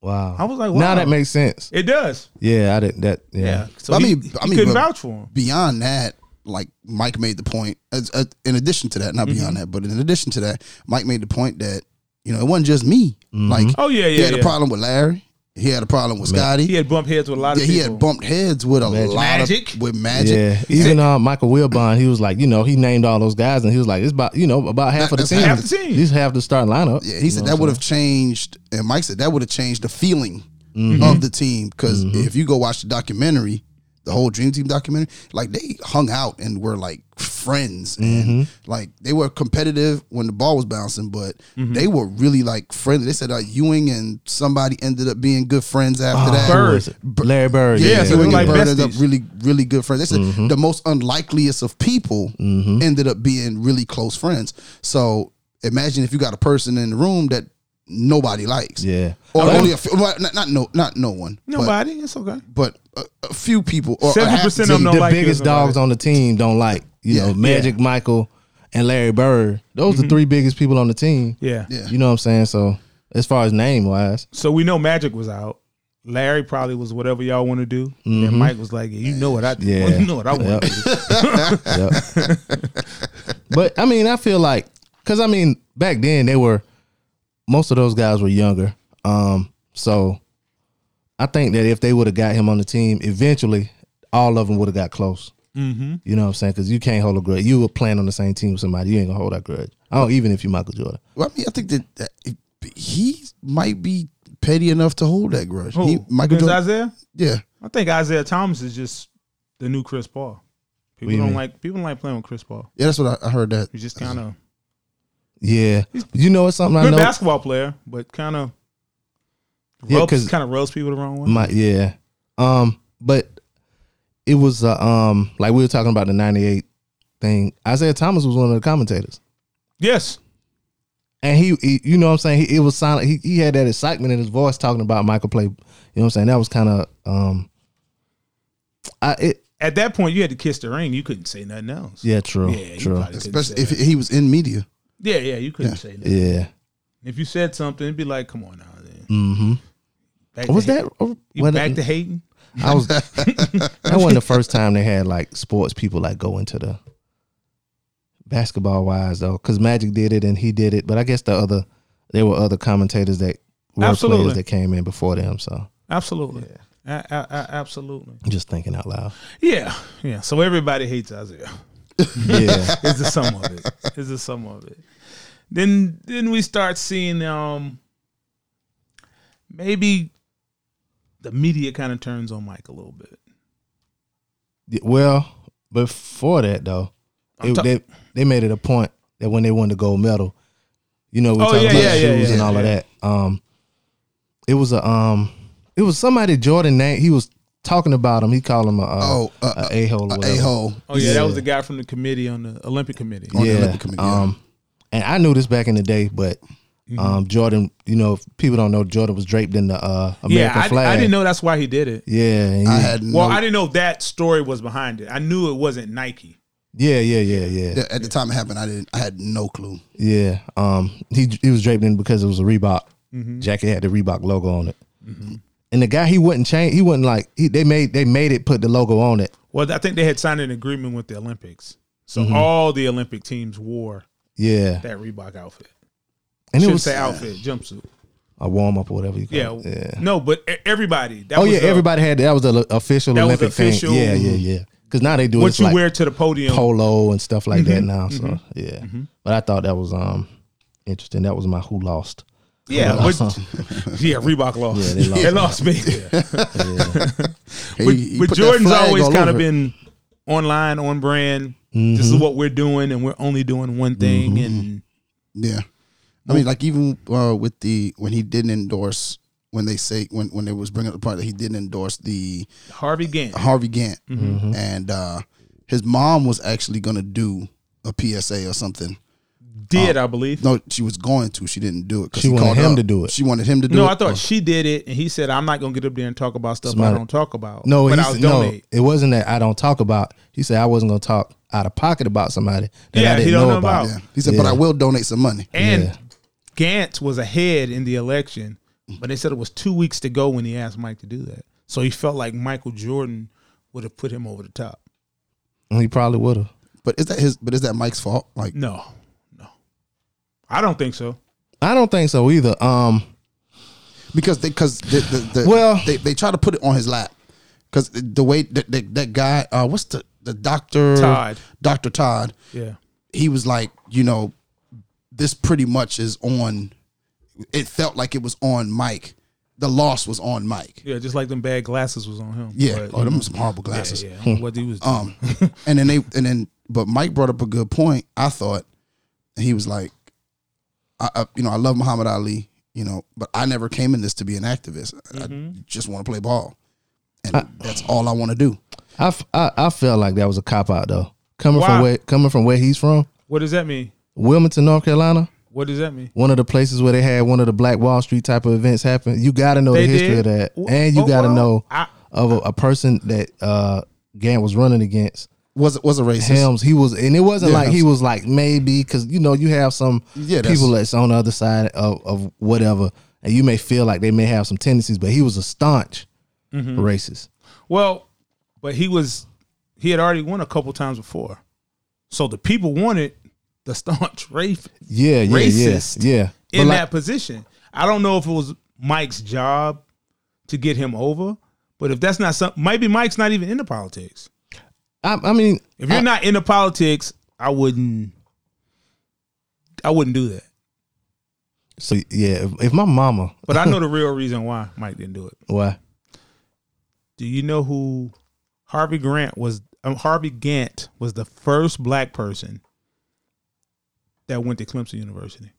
wow. I was like, wow. Now that makes sense. It does. Yeah, I didn't. That yeah. Yeah. So I he, mean- he I mean, couldn't but- vouch for him. beyond that, like Mike made the point. As, uh, in addition to that, not Mm-hmm. beyond that, but in addition to that, Mike made the point that you know it wasn't just me. Mm-hmm. Like Oh yeah, he yeah. had yeah. a problem with Larry. He had a problem with Scotty. He had bumped heads with a lot yeah, of he people. had bumped heads with a Magic. lot Magic. of with Magic. Yeah, even uh, Michael Wilbon, he was like, you know, he named all those guys, and he was like, it's about, you know, about half of the That's team. half the team. He's half the starting lineup. Yeah, he You said know that what would I'm have changed, and Mike said that would have changed the feeling Mm-hmm. of the team. Because if you go watch the documentary, the whole Dream Team documentary, like they hung out and were like friends, and Mm-hmm. like they were competitive when the ball was bouncing, but they were really like friendly. They said uh, Ewing and somebody ended up being good friends after saying? that. Bird. Who was it? Larry Bird. Yeah, Yeah, so they we were like like ended up besties. really, really good friends. They said the most unlikeliest of people ended up being really close friends. So imagine if you got a person in the room that nobody likes, Yeah. or Oh, only a few, well, not, not no, not no one, Nobody. It's okay. but, but a, a few people, or a 70% half of team. them the like biggest it, nobody. dogs on the team don't like, you Yeah. Mm-hmm. know, Magic, Michael, and Larry Bird. Those are the three biggest people on the team. Yeah. Yeah. You know what I'm saying? So as far as name wise, So we know Magic was out. Larry probably was whatever y'all want to do. And Mm-hmm. then Mike was like, yeah, "You know what I? Yeah. you know what I want." to do. Yep. but I mean, I feel like because I mean, back then they were most of those guys were younger. Um, so I think that if they would have got him on the team, eventually all of them would have got close. Mm-hmm. You know what I'm saying? Because you can't hold a grudge. You were playing on the same team with somebody. You ain't gonna hold that grudge. I don't even if you Michael Jordan. Well, I mean, I think that, that it- he might be petty enough to hold that grudge. Who? He, Michael Against Isaiah. Jordan, yeah. I think Isaiah Thomas is just the new Chris Paul. People you don't mean? like people don't like playing with Chris Paul. Yeah, that's what I, I heard. That He's just kind of Yeah, you know it's something I good know. basketball player, but kind of Yeah, rubs 'cause- kind of rubs people the wrong way. My yeah. Um, but it was uh, um like we were talking about the '98 thing. Isaiah Thomas was one of the commentators, yes, and he, he you know what I'm saying. He, it was silent. He, he had that excitement in his voice talking about Michael play. You know what I'm saying? That was kind of um. I it at that point you had to kiss the ring. You couldn't say nothing else. yeah true yeah, you true probably couldn't especially say if that. he was in media. yeah, yeah, you couldn't say nothing. yeah. If you said something, it'd be like, "Come on now." Then. Mm-hmm. Back Was to that? You when- back to hating? I was. that wasn't the first time they had like sports people like go into the basketball wise though, because Magic did it and he did it. But I guess the other there were other commentators that were Absolutely. players that came in before them. So Absolutely. A- a- a- absolutely. I'm just thinking out loud. Yeah. Yeah. So everybody hates Isaiah. Yeah, Is the sum of it. Is the sum of it. Then then we start seeing um maybe the media kind of turns on Mike a little bit. Yeah, well, before that though, I'm it- ta- they they made it a point that when they won the gold medal, you know, we Oh, are talking yeah, about yeah, yeah, shoes yeah, and all of yeah. that. Um, it was a um, it was somebody Jordan named. He was talking about him. He called him a, a Oh, uh, uh, a hole, a hole. Oh yeah, that was the guy from the committee on the Olympic committee. on the yeah. Olympic Committee, yeah. Um, and I knew this back in the day, but Mm-hmm. um, Jordan, you know, if people don't know Jordan was draped in the uh, American Yeah, I, flag. I didn't know that's why he did it. Yeah, and I he- had no Well, I didn't know that story was behind it. I knew it wasn't Nike. yeah, yeah, yeah, yeah, Yeah, at the time it happened, I didn't. I had no clue. yeah. Um, he he was draped in because it was a Reebok Mm-hmm. jacket had the Reebok logo on it. And the guy he wouldn't change. He wouldn't like. He, they made they made it put the logo on it. Well, I think they had signed an agreement with the Olympics. So all the Olympic teams wore Yeah, that Reebok outfit. and it Shouldn't was say outfit, jumpsuit. a warm up or whatever you call Oh, Yeah. it. Yeah. No, but e- everybody. That Oh was yeah, the- everybody had that was the lo- official That was Olympic official. thing. Yeah, yeah, yeah. Because now they do What it's you like- wear to the podium. polo and stuff like Mm-hmm. that now. So yeah, but I thought that was um interesting. That was my who lost. yeah. What, yeah, Reebok lost. Yeah, they they lost, lost. me. He- But, he but put that Jordan's flag always all kind of over it. been online, on brand. This is what we're doing, and we're only doing one thing. And Yeah. I mean, like even uh, with the when he didn't endorse when they say when when they was bringing up the part that he didn't endorse the Harvey Gantt. Harvey Gantt Mm-hmm. and uh, his mom was actually gonna do a PSA or something. did, I believe. No, No, she was going to. She didn't do it. 'cause She he wanted called him her. to do it. She wanted him to do it. I thought she did it, and he said, "I'm not gonna get up there and talk about stuff Smart. I don't talk about." No, but he I'll said- no, donate. it wasn't that I don't talk about. He said I wasn't gonna talk out of pocket about somebody that Yeah, I he didn't don't know know about. about. Oh, Yeah. He said, but I will donate some money. And Yeah. Gantz was ahead in the election, but they said it was two weeks to go when he asked Mike to do that. So he felt like Michael Jordan would have put him over the top. He probably would have. But is that his? But is that Mike's fault? Like, No, no, I don't think so. I don't think so either. Um, because they because the, the, the Well- they, they try to put it on his lap because the, the way that that that guy uh what's the the doctor Todd. Doctor Todd Yeah, he was like you know this pretty much is on it felt like it was on Mike the loss was on Mike yeah, just like them bad glasses was on him. yeah But- oh them some horrible glasses yeah, yeah. what he Uh, was doing. um and then they and then but Mike brought up a good point I thought and he was like I, I you know I love Muhammad Ali you know but I never came in this to be an activist I- Mm-hmm. I just want to play ball and Uh, that's all I want to do I, f- I I felt like that was a cop out though. Coming Why? from where coming from where he's from, what does that mean? Wilmington, North Carolina, What does that mean? one of the places where they had one of the Black Wall Street type of events happen. You got to know They the history did? of that, Wh- and you oh, got to well, know I- of a, a person that uh Gant was running against. was it was a racist Helms, he was, and it wasn't Yeah, like he was like maybe because you know you have some Yeah, that's- people that's on the other side of, of whatever, and you may feel like they may have some tendencies, but he was a staunch Mm-hmm. racist. Well, but he was he had already won a couple times before, so the people wanted the staunch rape Yeah, yeah, Racist. yeah, yeah. But in like- that position. I don't know if it was Mike's job to get him over, but if that's not something, maybe Mike's not even into politics. I, I mean, If you're I- not into politics, I wouldn't. I wouldn't do that. So yeah, if, if my mama, But I know the real reason why Mike didn't do it. why? Do you know who Harvey Grant was? Um, Harvey Gantt was the first black person that went to Clemson University.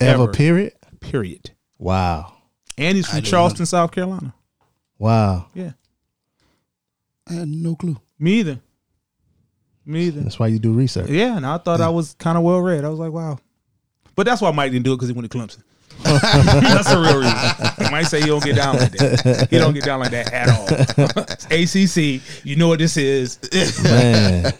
Ever, Ever. period. Period. Wow, And he's from didn't Charleston, South Carolina. wow. Yeah, I had no clue me either. Me either. That's why you do research. Yeah, and I thought I was kind of well read. I was like, wow. But that's why Mike didn't do it because he went to Clemson. that's the real reason. Mike say he don't get down like that. He don't get down like that at all. ACC, you know what this is. Man, If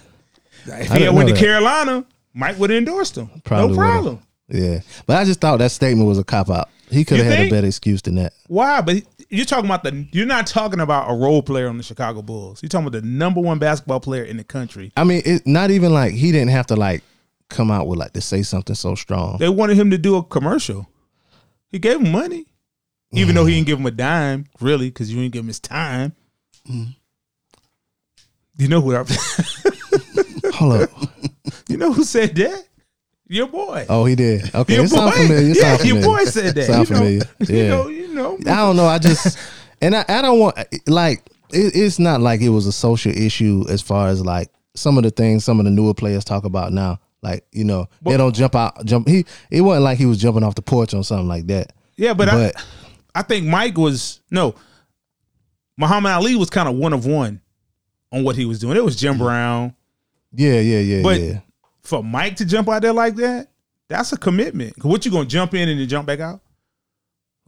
I he didn't had went know to that. Carolina, Mike would have endorsed him. Probably no would've. problem. yeah. But I just thought that statement was a cop out. He could have You had think? a better excuse than that. Why? But you're talking about the. You're not talking about a role player on the Chicago Bulls. You're talking about the number one basketball player in the country. I mean, it, not even like he didn't have to like come out with like to say something so strong. They wanted him to do a commercial. He gave him money, even though he didn't give him a dime, really, because you didn't give him his time. You know who? I, Hold up. you know who said that? Your boy. Oh, he did. Okay, your it sound familiar. It yeah, sound familiar. your boy said that. Sound you know, familiar. You Yeah. know. You know. I don't know. I just and I, I don't want like it, it's not like it was a social issue as far as like some of the things some of the newer players talk about now. Like you know they don't jump out jump. He it wasn't like he was jumping off the porch on something like that. Yeah, but, But I, I think Mike was no. Muhammad Ali was kind of one of one on what he was doing. It was Mm-hmm. Jim Brown. yeah, yeah, yeah, But- yeah. For Mike to jump out there like that, that's a commitment. 'Cause What you gonna jump in and then jump back out?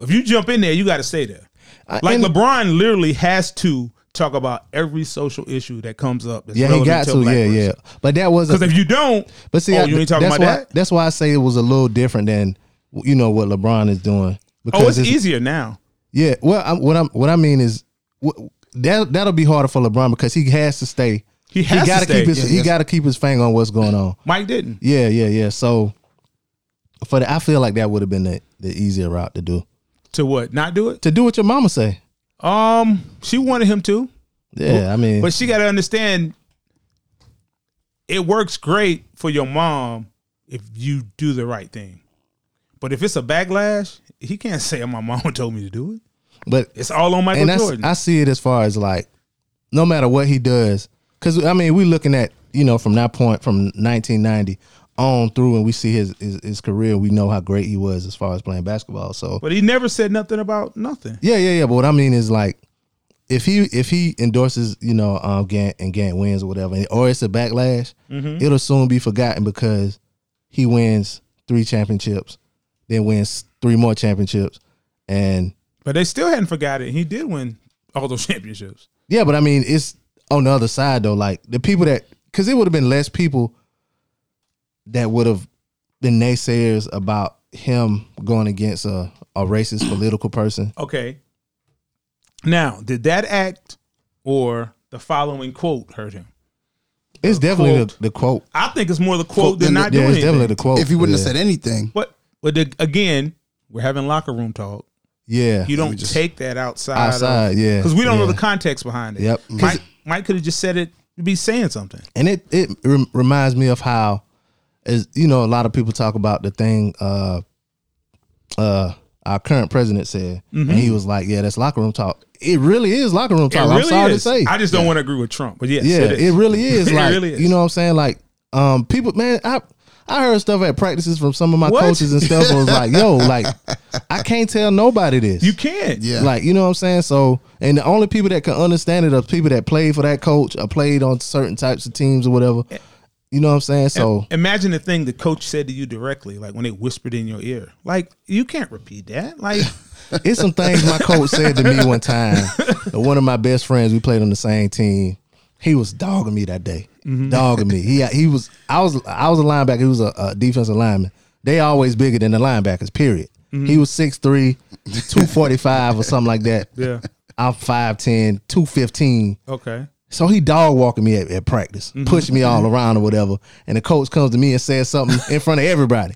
If you jump in there, you got to stay there. I- Like and- LeBron literally has to talk about every social issue that comes up. That's yeah, he got to. Yeah, yeah. But that wasn't Because if you don't, But see, oh, I- you ain't talking that's about why, that. That's why I say it was a little different than you know what LeBron is doing. Oh, it's easier now. Yeah. Well, I, what I'm what I mean is wh- that that'll be harder for LeBron because he has to stay. He has to gotta stay. keep his Yeah, he yes. got to keep his fang on what's going on. Mike didn't. Yeah, yeah, yeah. So for the, I feel like that would have been the, the easier route to do To what? Not do it. to do what your mama say. Um, she wanted him to. Yeah, I mean, But she got to understand it works great for your mom if you do the right thing. But if it's a backlash, he can't say, "My mom told me to do it." but It's all on Michael and that's, Jordan. I see it as far as like no matter what he does, because I mean, we looking at you know from that point from 1990 on through, and we see his, his his career. We know how great he was as far as playing basketball. So But he never said nothing about nothing. yeah, yeah, yeah. But what I mean is like, if he if he endorses, you know, um, Gant and Gant wins or whatever, or it's a backlash, Mm-hmm. it'll soon be forgotten because he wins three championships, then wins three more championships, and But they still hadn't forgotten. He did win all those championships. yeah. But I mean, it's on the other side though. Like the people that, because it would have been less people that would have been naysayers about him going against a, a racist political person. Okay. Now, did that act or the following quote hurt him? It's definitely quote. The, the quote. I think it's more the quote than than the- not Yeah, doing it's definitely anything. the quote. If he wouldn't Oh, Yeah. have said anything, But but the, again, we're having locker room talk. Yeah. You don't take that outside. Outside, yeah, Because we don't know yeah. the context behind it. Yep. Mike, Mike could have just said it. Be saying something. and it it rem- reminds me of how is you know a lot of people talk about the thing uh uh our current president said and he was like yeah that's locker room talk it really is locker room talk Mm-hmm. It i'm sorry is. to say I just don't want to agree with Trump. But yes, yeah it, it, is. really is It like really is. you know what i'm saying like um people man i I heard stuff at practices from some of my What? coaches and stuff. I was like, "Yo, like, I can't tell nobody this. you can't. yeah, Like, you know what I'm saying? So, and the only people that can understand it are people that played for that coach or played on certain types of teams or whatever. You know what I'm saying? So, Imagine the thing the coach said to you directly, like when they whispered in your ear. Like you can't repeat that. Like it's some things my coach said to me one time. One of my best friends, we played on the same team. He was dogging me that day. Dogging me. He he was I was I was a linebacker. He was a, a defensive lineman. They always bigger than the linebackers, period. He was 6'3, 245 or something like that. Yeah. I'm 5'10, 215. okay, So he dog walking me at, at practice, Mm-hmm. pushed me all around or whatever. And the coach comes to me and says something in front of everybody.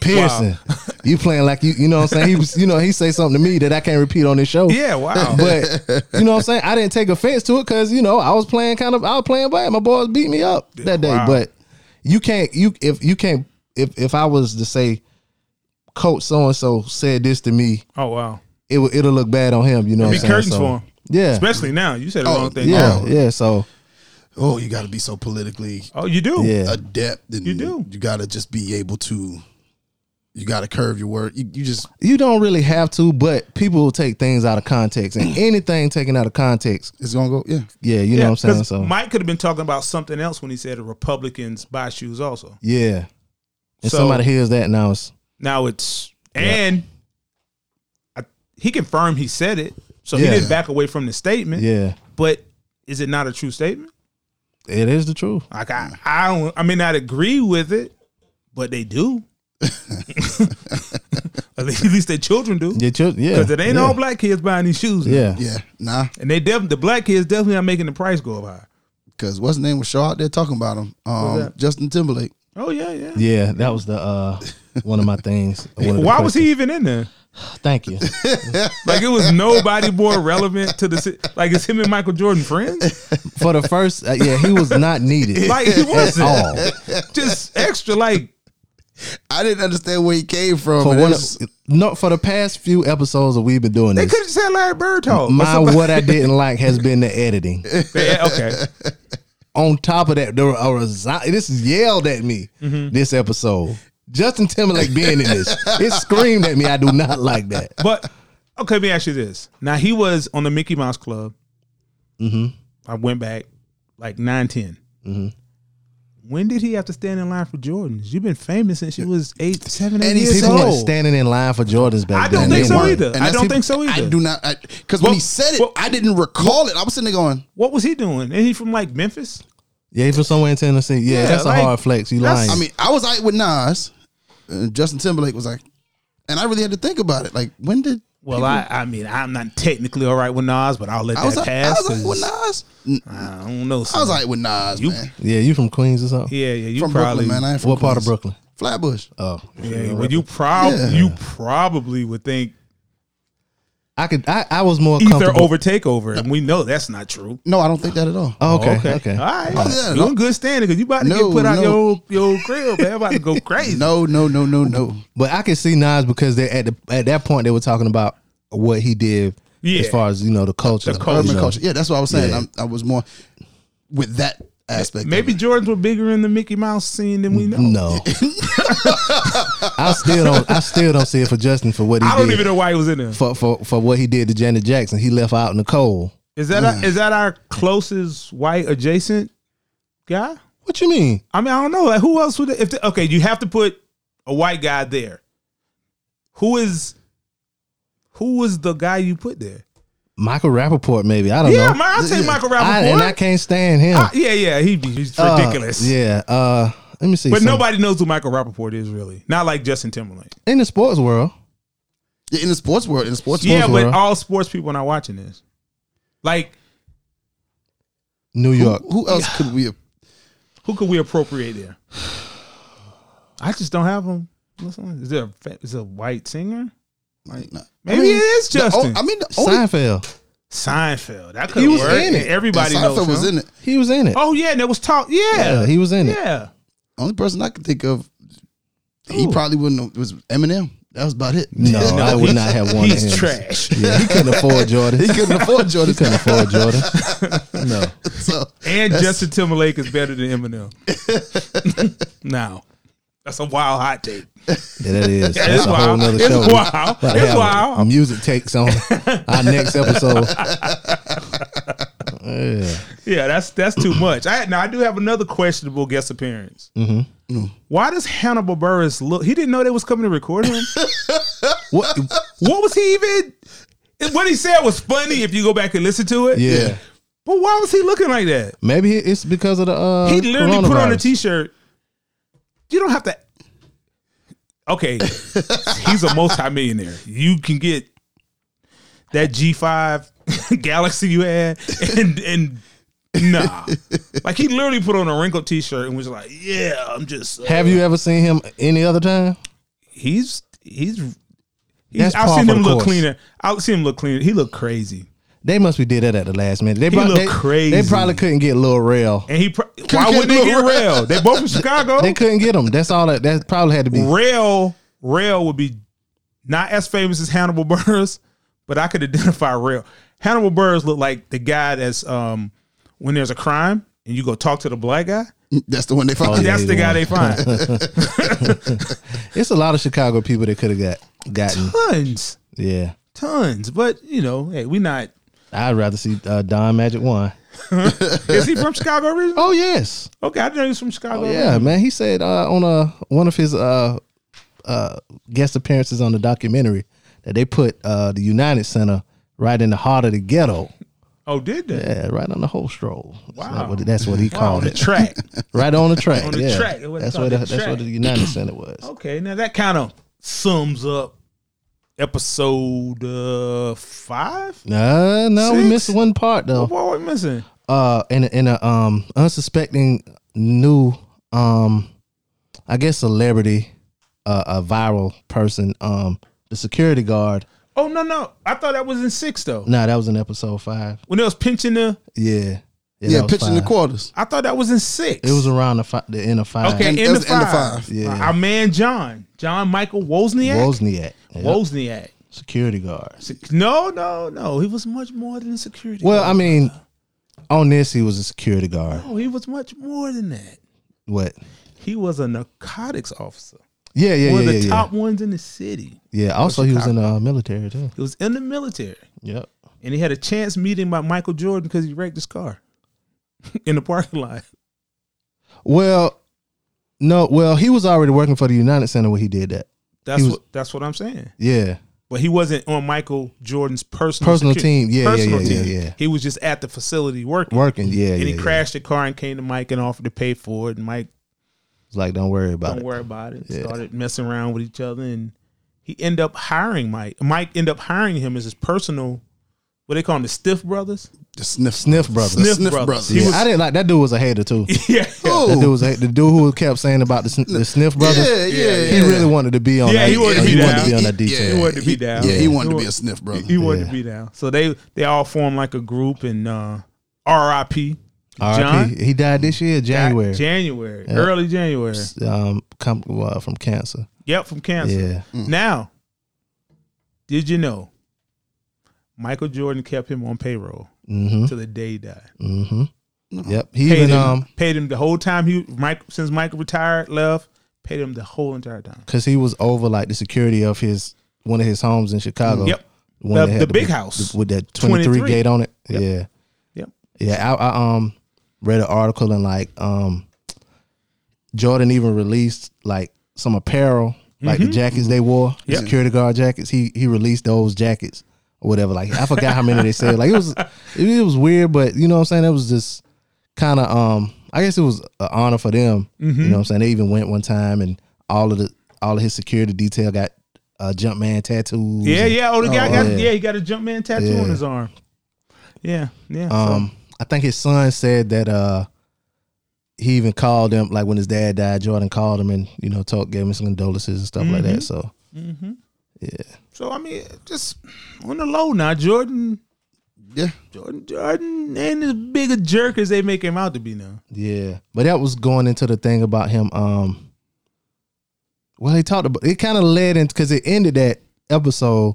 Pearson, you playing like you, you know what I'm saying? He was, you know, he say something to me that I can't repeat on this show. yeah, wow. But you know what I'm saying? I didn't take offense to it because, you know, I was playing kind of I was playing bad. My boys beat me up that day. Wow. But you can't you if you can't if if I was to say coach so and so said this to me, oh wow, it would it'll look bad on him, you know what be I'm saying? curtains So, for him. Yeah. especially now. You said the Oh, wrong thing. yeah, Oh. yeah. So oh, you got to be so politically Oh, you do. yeah. adept, and You do. You got to just be able to. You got to curve your word. You, you just You don't really have to, but people will take things out of context, and anything taken out of context, it's gonna go. Yeah, yeah, you Yeah, know what I'm saying. 'cause So Mike could have been talking about something else when he said the Republicans buy shoes. Also, yeah, and So- somebody hears that now, it's now it's and I, he confirmed he said it, so he Yeah. didn't back away from the statement. yeah, But is it not a true statement? it is the truth. Like I, I don't. I may not agree with it, but they do. At least at least their children do. Your chil- yeah, Because it ain't yeah. all black kids buying these shoes. now. Yeah, yeah, nah. And they definitely the black kids definitely not making the price go up high. Because what's his name was show out there talking about him. Um, that? Justin Timberlake. Oh yeah, yeah. yeah, that was the uh one of my things. one of the Why was questions. he even in there? Thank you. Like it was nobody more relevant to the si- like it's him and Michael Jordan friends. For the first, uh, yeah, he was not needed Like he at wasn't all. just extra. Like I didn't understand where he came from. For and it one, was- of- no, for the past few episodes that we've been doing they this, could have just had Larry Bird talk. or my somebody- what I didn't like has been the editing. Yeah, okay, on top of that, there were a resi- this is yelled at me Mm-hmm. this episode. Justin Timberlake being in this, it screamed at me. I do not like that. but okay. Let me ask you this. Now he was on the Mickey Mouse Club. Mm-hmm. I went back like nine ten. Mm-hmm. When did he have to stand in line for Jordans? You've been famous since you was eight, seven, eight And he years People said- old. weren't standing in line for Jordans back I don't then. think They so weren't. either. and I that's don't people- think so either. I do not. Because when Well- he said it, well- I didn't recall it. I was sitting there going, What was he doing? And he from like Memphis? Yeah, he from somewhere in Tennessee. Yeah, Yeah, that's like, a hard flex. You that's- lying? I mean, I was out with Nas. Uh, Justin Timberlake was like, and I really had to think about it. Like, when did Well, I, I mean, I'm not technically all right with Nas, but I'll let I was? that Like, I pass. was like, 'cause with Nas. N- I don't know. I son. was like, with Nas, You- man. yeah, you from Queens or something? yeah, yeah, you From probably. Brooklyn, man. I ain't from What part of Queens. Brooklyn? Flatbush. Oh, yeah, well, you probably you probably would think I could. I, I was more ether comfortable. over takeover, and we know that's not true. No, I don't think that at all. Oh, okay, okay. All right, yeah, you no. in good standing because you about to No, get put out no. your old, your old crib, man. About to go crazy. No, no, no, no, no. But I could see Nas because they at the at that point they were talking about what he did Yeah. as far as you know the culture, The culture. you urban know. culture. Yeah, that's what I was saying. Yeah. I'm, I was more with that aspect. of Maybe it. Jordans were bigger in the Mickey Mouse scene than we Mm-hmm. know. No, I still don't. I still don't see it for Justin for what he I don't did even know why he was in there. for, for for what he did to Janet Jackson. He left out in the cold. Is that our, is that our closest white adjacent guy? What you mean? I mean, I don't know. Like, who else would? If the, okay, you have to put a white guy there. Who is? Who was the guy you put there? Michael Rappaport, maybe I don't yeah, know. man, I'll take Michael Rappaport. I, and I can't stand Oh. him. I- Ah, yeah, yeah, he, he's Uh, ridiculous. yeah. Uh, let me see. But some- nobody knows who Michael Rappaport is really. Not like Justin Timberlake. in the sports world, Yeah, in the sports world, in the sports yeah, world, but world. all sports people are not watching this. Like, New York. who, who else could we? have who could we appropriate there? I just don't have him. What's on- Is there a, fa- is there a white singer? Might not. Maybe it is Justin. Oh, I mean, the only Seinfeld. Seinfeld. That could He was work. in it. Everybody and knows Seinfeld was him. in it. He was in it. Oh yeah, and there was talk. yeah, Yeah, he was in it. yeah. Only person I could think of, he Ooh. probably wouldn't have, was Eminem. That was about it. No, I would he's- not have wanted He's him. trash. Yeah, he couldn't afford Jordan. he couldn't afford Jordan. He couldn't afford Jordan. No. so And that's- Justin Timberlake is better than Eminem. now, that's a wild hot take. Yeah, that is. Yeah, That's it's a whole wild. nother It's show. wild. Gotta It's have wild. Music takes on our next episode. Yeah. Yeah, that's that's too much. I now I do have another questionable guest appearance. Why does Hannibal Burris look? He didn't know they was coming to record him. What? what was he even? What he said was funny if you go back and listen to it. Yeah. Yeah. But why was he looking like that? Maybe it's because of the. Uh, He literally put on a coronavirus. t-shirt. You don't have to. Okay, he's a multimillionaire. You can get that G five Galaxy you had, and and nah, like he literally put on a wrinkled t-shirt and was like, "Yeah, I'm just." uh, Have you ever seen him any other time? He's he's. That's he's I've par seen for him the look course. cleaner. I've seen him look cleaner. He looked crazy, They must be did that at the last minute. They look they, crazy. They probably couldn't get Lil Rail. and he. Pro- why wouldn't they get rail? They both from Chicago. They couldn't get him. That's all. That, that probably had to be. Rail, Rail would be not as famous as Hannibal Burris, but I could identify Rail. Hannibal Burris looked like the guy that's um, when there's a crime and you go talk to the black guy. that's the one they found. Oh, yeah. That's the guy they find. It's a lot of Chicago people that could have got gotten. tons, Yeah, tons. But you know, hey, we not. I'd rather see uh, Don Magic one. Is he from Chicago originally? Oh yes, Okay, I didn't know he was from Chicago. Oh, yeah, man. He said uh, on a one of his uh, uh, guest appearances on the documentary that they put uh, the United Center right in the heart of the ghetto. Oh, did they? Yeah, right on the whole stroll. That's Wow. not what- that's what he Wow, on called the it. track. right on the track. On the yeah. track. It was That's on where the, the that's where track. the United Center was. Okay, now that kind of sums up episode uh, five. No, no, we Six? missed one part though. What are we missing? uh in a, in a um unsuspecting new um I guess celebrity uh, a viral person um the security guard Oh no, no, I thought that was in six though. nah that was in episode five when they was pinching the. yeah yeah, that was pitching the five. quarters. I thought that was in six. it was around the, fi- the end of five okay And in, that the was in the five. five. Yeah. Our man John, John Michael Wozniak, Wozniak Yep. Wozniak. security guard Sec- No, no, no. He was much more than a security. well I guard. mean on this he was a security guard no, he was much more than that. what He was a narcotics officer, yeah yeah one yeah of the yeah, top ones in the city. yeah yeah also he was in the uh, military too He was in the military, yep and he had a chance meeting by Michael Jordan because he wrecked his car in the parking lot. well no well he was already working for the United Center when he did that That's He was- what that's what I'm saying. yeah. But he wasn't on Michael Jordan's personal Personal secu- team. Yeah, yeah, personal yeah, yeah, team. yeah. He was just at the facility working. working. Yeah, and yeah, he yeah. crashed the car and came to Mike and offered to pay for it. And Mike, It's like, don't worry about don't it. worry about it. Yeah. Started messing around with each other, and he ended up hiring Mike. Mike ended up hiring him as his personal. What they call him, the Stiff Brothers? The sniff, Sniff brothers. the Sniff sniff, brothers. brothers. He yeah, was- I didn't like that dude. Was a hater too. yeah, yeah. That Oh, dude was a, the dude who kept saying about the, sn- the Sniff brothers. yeah, yeah, He yeah. really wanted to be on. Yeah, that, he wanted to be he wanted down. to be on that Yeah. detail. He wanted to be down. yeah, he wanted to wa- be a sniff brother. He wanted to Yeah. be down. So they they all formed like a group and uh, R.I.P. R.I.P. John? He died this year, January. January, early January. um, com- well, from cancer. Yep, from cancer. Yeah. Now, did you know Michael Jordan kept him on payroll Mm-hmm. till the day he died. Mm-hmm. No. Yep. He Paid even him, um paid him the whole time he Mike since Michael retired left. Paid him the whole entire time. because he was over like the security of his one of his homes in Chicago. Yep. The one The- that had the big big- house. with that twenty three 23. gate on it. Yeah. Yep. Yeah. I, I um read an article and like um Jordan even released like some apparel like Mm-hmm. the jackets they wore the Yep. security guard jackets he he released those jackets or whatever like I forgot how many they said like it was it, it was weird but you know what I'm saying it was just kind of um I guess it was an honor for them. Mm-hmm. You know what I'm saying? They even went one time and all of the all of his security detail got uh Jumpman tattoos. Yeah, and, yeah. Oh, the guy Oh, got yeah. yeah. he got a Jumpman tattoo Yeah. on his arm. Yeah, yeah. so- Um I think his son said that uh he even called him like when his dad died, Jordan called him and, you know, talked gave him some condolences and stuff like Mm-hmm. that. So yeah. so, I mean, just on the low now, Jordan, Yeah. Jordan, Jordan ain't as big a jerk as they make him out to be now. Yeah. But that was going into the thing about him um well he talked about it kind of led into because it ended that episode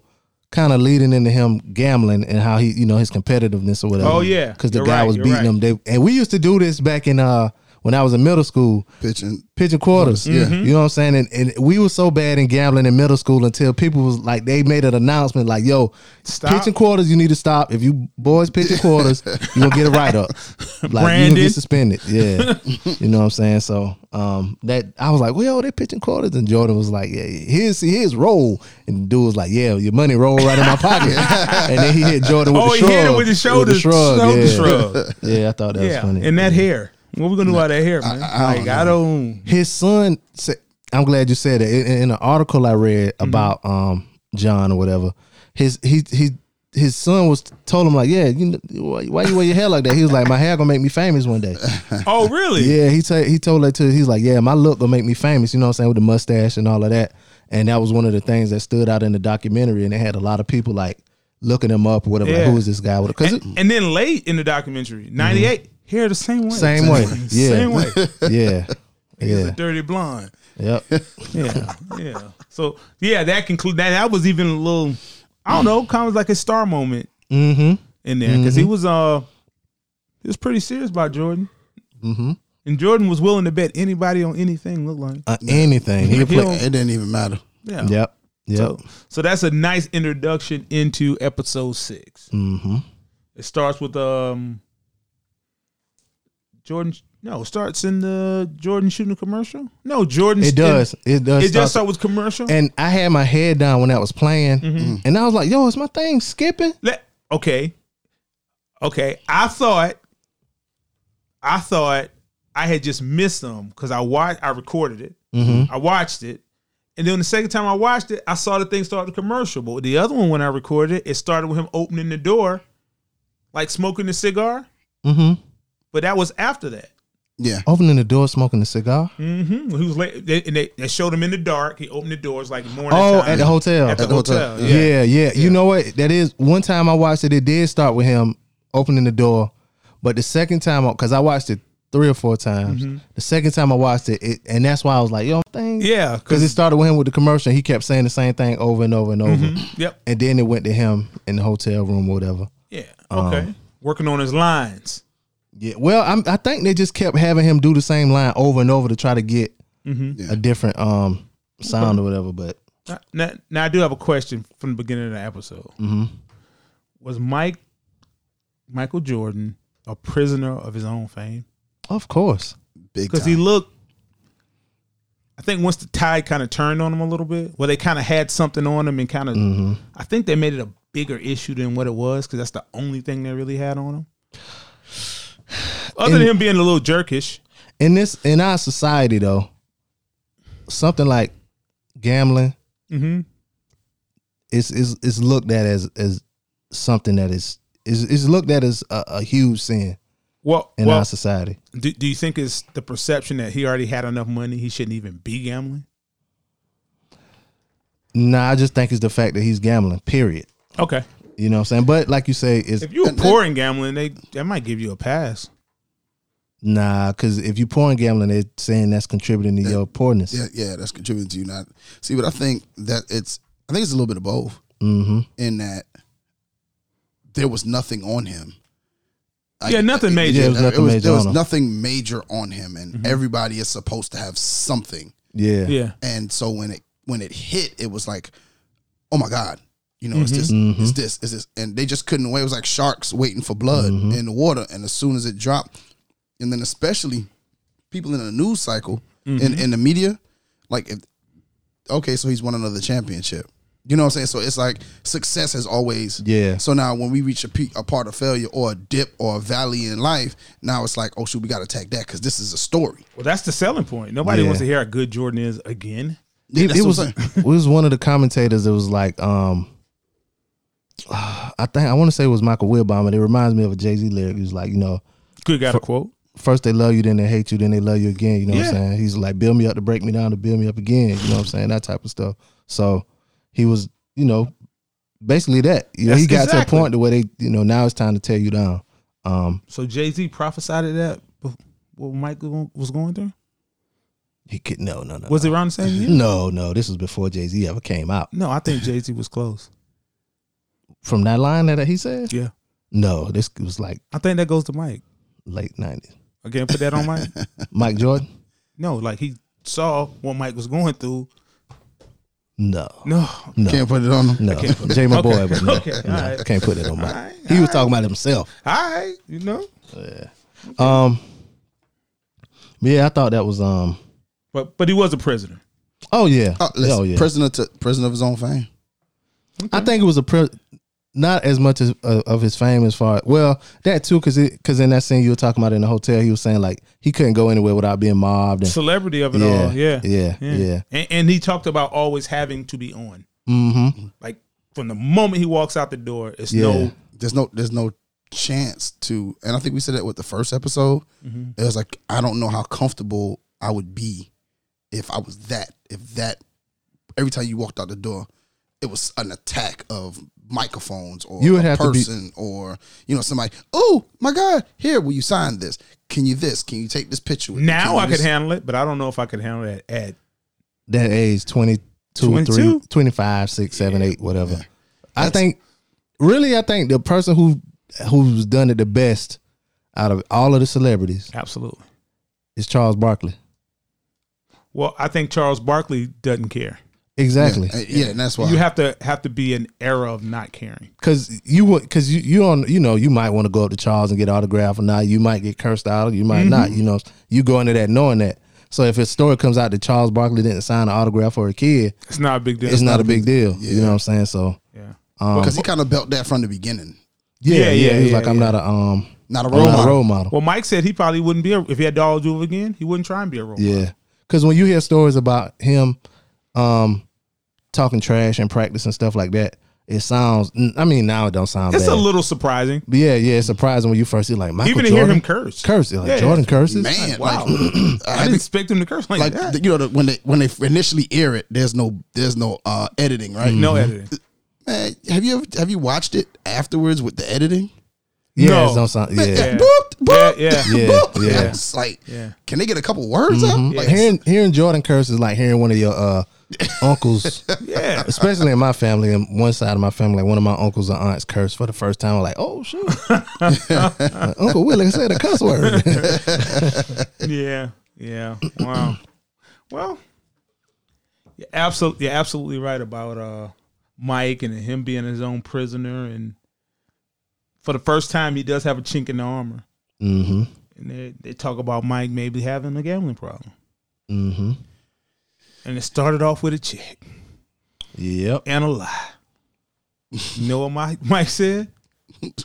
kind of leading into him gambling and how he you know his competitiveness or whatever Oh, yeah. because the You're guy right, was you're beating right. him they and we used to do this back in uh when i was in middle school Pitching. pitching quarters Mm-hmm. Yeah. you know what i'm saying and, and we were so bad in gambling in middle school until people was like they made an announcement like yo Stop. pitching quarters you need to stop if you boys pitching quarters you gonna get a write-up like you gonna Brandon. get suspended yeah you know what i'm saying so um that i was like well they pitching quarters and jordan was like yeah here's his roll and the dude was like yeah your money roll right in my pocket and then he hit jordan with Oh, the he shrug hit him with his shoulder, shrug, shoulder yeah. shrug. yeah i thought that was Yeah, funny and that hair. What we gonna do about that hair, man? I- I don't like, I don't. his son said i'm glad you said that in, in an article i read Mm-hmm. about um john or whatever his he he his son was told him like yeah you know, why, why you wear your hair like that he was like my hair gonna make me famous one day Oh, really? yeah he t- he told that to he's like yeah my look gonna make me famous you know what i'm saying with the mustache and all of that and that was one of the things that stood out in the documentary and it had a lot of people like looking him up or whatever like, Yeah. who is this guy because it Mm-hmm. And then late in the documentary, ninety hair the same way, same way yeah same way. yeah He's a yeah dirty blonde. yep Yeah, yeah. So yeah, that conclude that. That was even a little. I don't know, kind of like a star moment mm-hmm in there because he was uh he was pretty serious about Jordan, mm-hmm and Jordan was willing to bet anybody on anything. Look like uh, anything he could He play don't- It didn't even matter. yeah. Yep. Yep. So, so that's a nice introduction into episode six. mm-hmm. It starts with um Jordan. No, it starts in the Jordan shooting a commercial. No, Jordan. It does. It does. It start- just starts with commercial. and I had my head down when I was playing, Mm-hmm. and I was like, "Yo, is my thing skipping?" Let, okay. Okay. I thought I thought I had just missed them because I watched I recorded it. Mm-hmm. I watched it. And then the second time I watched it, I saw the thing start the commercial. But the other one when I recorded it, it started with him opening the door, like smoking a cigar. Mm-hmm. But that was after that. Yeah. Opening the door, smoking a cigar. Mm-hmm. He was late, they, and they, they showed him in the dark. He opened the doors like morning. Oh, time. at the hotel. At the At the hotel. hotel. Yeah. yeah. yeah, You know what? That is one time I watched it. It did start with him opening the door, but the second time, because I watched it three or four times, the second time I watched it, it, and that's why I was like, "Yo, thing." Mm-hmm. Yeah. Because Cause, it started with him with the commercial. And he kept saying the same thing over and over and over, yep. and then it went to him in the hotel room or whatever. Yeah. Oh. Okay. Working on his lines. Yeah, well, I'm, I think they just kept having him do the same line over and over to try to get Mm-hmm. Yeah. a different um sound or whatever. But Now, now, now I do have a question from the beginning of the episode. Mm-hmm. Was Mike Michael Jordan a prisoner of his own fame? of course, Big Because time. he looked. I think once the tide kind of turned on him a little bit, where they kind of had something on him and kind of, Mm-hmm. I think they made it a bigger issue than what it was because that's the only thing they really had on him. Other than And- him being a little jerkish, in this in our society though, something like gambling mm-hmm. is is is looked at as as something that is is is looked at as a, a huge sin well, in well, our society. do, do you think it's the perception that he already had enough money, he shouldn't even be gambling? Nah, I just think it's the fact that he's gambling. Period. Okay, You know what I'm saying? But like you say, it's If you were And- poor and gambling, they that might give you a pass. nah because if you pouring gambling, they're saying that's contributing to your poorness. Yeah, yeah, that's contributing to you not see. But I think that it's, I think it's a little bit of both. Mm-hmm. In that, there was nothing on him. Like, uh, Yeah, nothing major. Mm-hmm. Yeah, it was nothing it was, major there was on him. nothing major on him, and everybody is supposed to have something. Yeah. Yeah. And so when it when it hit, it was like, oh my god, you know, it's Mm-hmm. this, it's this, it's this, and they just couldn't wait. It was like sharks waiting for blood Mm-hmm. in the water, and as soon as it dropped, and then especially people in the news cycle Mm-hmm. in in the media, like, if, okay, so he's won another championship. You know what I'm saying? So it's like success has always Yeah. So now when we reach a peak, a part of failure or a dip or a valley in life, now it's like, oh shoot, we got to attack that because this is a story. Well, that's the selling point. Nobody Yeah. wants to hear how good Jordan is again. Yeah, it, that's it what was I'm it was one of the commentators that was like, um, I think I want to say it was Michael Wilbon, but it reminds me of a Jay Z lyric. He was like, you know, Good got a quote. first they love you, then they hate you, then they love you again. You know what I'm Yeah. saying? He's like, build me up to break me down to build me up again. You know what I'm saying? That type of stuff. So he was, you know, basically that. You know, he got That's to a point to where they, you know, now it's time to tear you down. Um, So Jay Z prophesied that bef- what Michael was going through. he could no, no, no, Was no. it around the same year? No, no. This was before Jay Z ever came out. No, I think Jay Z was close. From that line that he said, Yeah, no, this was like I think that goes to Mike. late '90s. Again, put that on Mike. Mike Jordan. No, like he saw what Mike was going through. No, No, no, Can't put it on them. no. Jay, my boy, but no, Okay, no, alright. can't put that on Mike. Alright, he was talking about himself. all right, you know. Um, but yeah, I thought that was um. But but he was a prisoner. Oh yeah, Oh, listen, oh yeah. prisoner to prisoner of his own fame. I think it was a pre- not as much as uh, of his fame as far. Well, that too, because because in that scene you were talking about in the hotel, he was saying like he couldn't go anywhere without being mobbed. And, Celebrity of it Yeah, all. Yeah, yeah, yeah. And, and he talked about always having to be on. Mhm. Like from the moment he walks out the door, it's Yeah. no. There's no there's no chance to, and I think we said that with the first episode. Mm-hmm. It was like I don't know how comfortable I would be if I was that. If that every time you walked out the door, it was an attack of microphones or You would a have to be- person or you know somebody. Oh my God! Here, will you sign this? Can you this? Can you take this picture? With me? Can Now you I could this?" handle it, but I don't know if I could handle it at That age 22, 3, 22? 25, 6, 7, 8, whatever. I think really, I think the person who who's done it the best out of all of the celebrities absolutely. is Charles Barkley. Well, I think Charles Barkley doesn't care. Exactly. Uh, Yeah, and that's why You have to have to be an era of not caring. Cause you would, cause you you on, you know, you might want to go up to Charles and get autograph, or not. You might get cursed out, you might not. You know, you go into that knowing that. So if a story comes out that Charles Barkley didn't sign an autograph for a kid, It's not a big deal. Uh-huh. it's, not, a big deal. You know what I'm saying? So Yeah. Um, because he kind of belt that from the beginning. yeah, yeah, Yeah, yeah, he was yeah, like, I'm yeah. not a um, Not a I'm role not a model. role model. Well, Mike said he probably wouldn't be a, if he had to do it again. He wouldn't try and be a role. model. Yeah, because when you hear stories about him, um, talking trash and practice and stuff like that, it sounds. I mean, now it don't sound. It's bad. a little surprising, But yeah, yeah, it's surprising when you first see like Michael even to Jordan hear him curse. curse. You're like Yeah, Jordan curses. Man, Wow, like, I didn't expect him to curse like, like that. the- you know the, when they when they initially air it, there's no there's no uh, editing, right? Mm-hmm. no editing. Man, have you ever have you watched it afterwards with the editing? Yeah, No. it don't sound. Yeah, Like, Yeah. boop, boop, Yeah, yeah, boop. yeah. It's like, Yeah. can they get a couple words out? Like, Like, hearing hearing Jordan curse is like hearing one of your uh, uncles, Yeah, especially in my family, in one side of my family, like one of my uncles or aunts curse for the first time. I'm like, oh shoot, Like, Uncle Willie said a cuss word. yeah, yeah. Wow. well, you're absolutely, you're absolutely right about uh, Mike and him being his own prisoner, and for the first time, he does have a chink in the armor. mm-hmm. And they, they talk about Mike maybe having a gambling problem, Mm-hmm. and it started off with a check Yep. and a lie. You know what Mike, Mike said?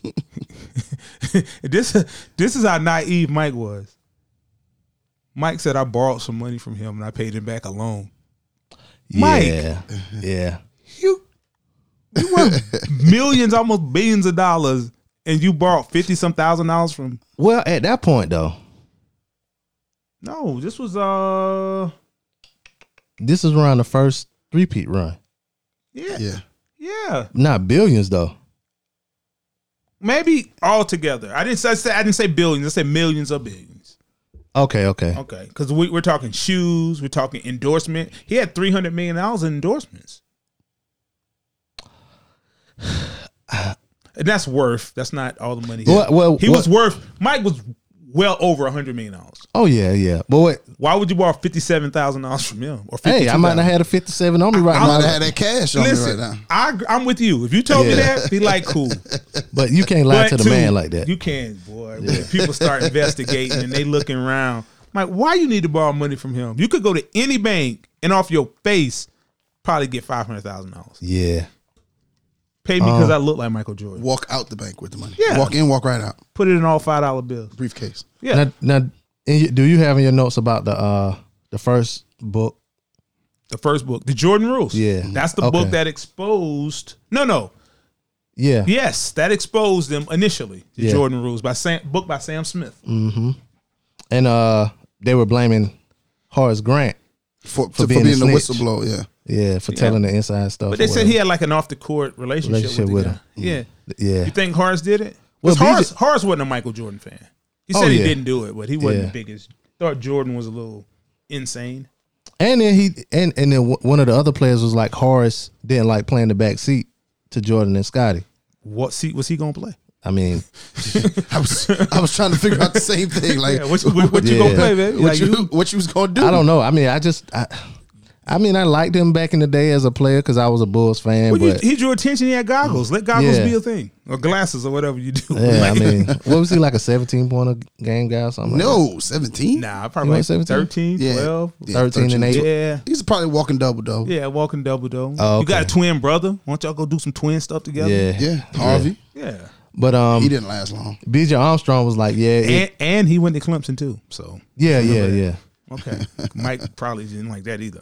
this this is how naive Mike was. Mike said I borrowed some money from him and I paid him back a loan. Mike. Yeah. Yeah. you you worth millions, almost billions of dollars, and you borrowed fifty some thousand dollars from. Well, at that point though, No, this was uh, this is around the first three peat run. yeah, yeah, yeah. Not billions though. maybe all together. I didn't say I, said- I didn't say billions. I said millions of billions. Okay, okay. Okay, because we, we're talking shoes, we're talking endorsement. He had three hundred million dollars in endorsements. and that's worth. That's not all the money. Well, well, he what- was worth. Mike was well over a hundred million dollars. Oh yeah, yeah. But what? Why would you borrow fifty seven thousand dollars from him? Or Hey, I might $52,000? not have a fifty-seven on me right I might have now. had that cash on Listen, me right now. I I'm with you. If you told me Yeah. that, be like cool. But you can't lie But to the two, man like that. You can, boy. When people start investigating and they looking around. I'm like, why you need to borrow money from him? You could go to any bank and off your face probably get five hundred thousand dollars. yeah. Pay me Uh-huh. because I look like Michael Jordan. Walk out the bank with the money. Yeah. Walk in, walk right out. Put it in all five dollar bills. Briefcase. Yeah. Now, now, in your- do you have in your notes about the uh the first book? the first book. The Jordan Rules. Yeah. That's the Okay. book that exposed no no. Yeah. Yes, that exposed them initially. The Yeah. Mm, Jordan Rules by Sam book by Sam Smith. And uh, they were blaming Horace Grant. For, to- for being being, a the snitch. whistleblower, yeah. Yeah, for telling the inside stuff. But they or said he had like an off the court relationship, Relationship with, with the him. Mm. guy. Yeah. Yeah. You think Horace did it? Well, Well, BJ Horace, Horace wasn't a Michael Jordan fan. He Oh, said he yeah. didn't do it, but he wasn't Yeah. the biggest. Thought Jordan was a little insane. And then he and and then one of the other players was like Horace didn't like playing the back seat to Jordan and Scotty. What seat was he gonna play? I mean, I was I was trying to figure out the same thing. Like Yeah, what, what, what you Yeah. gonna play, baby? what Like, you, you- what you was gonna do? I don't know. I mean, I just I, I mean, I liked him back in the day as a player because I was a Bulls fan. well, you- but he drew attention. He had goggles. Let goggles Yeah. be a thing, or glasses, or whatever you do. yeah, I Like, mean, what was he like a seventeen pointer game guy or something? like that? No, seventeen. nah, You probably want like 17? 13, Yeah. 12. Yeah, 13 and 8. Yeah. Yeah. yeah, He's probably walking double though. Yeah. walking double though. Oh, You got a okay. twin brother. Why don't y'all go do some twin stuff together? yeah, Harvey. yeah. But um, He didn't last long. B.J. Armstrong was like, yeah, it- And and he went to Clemson too. So yeah, yeah, yeah, okay, Mike probably didn't like that either.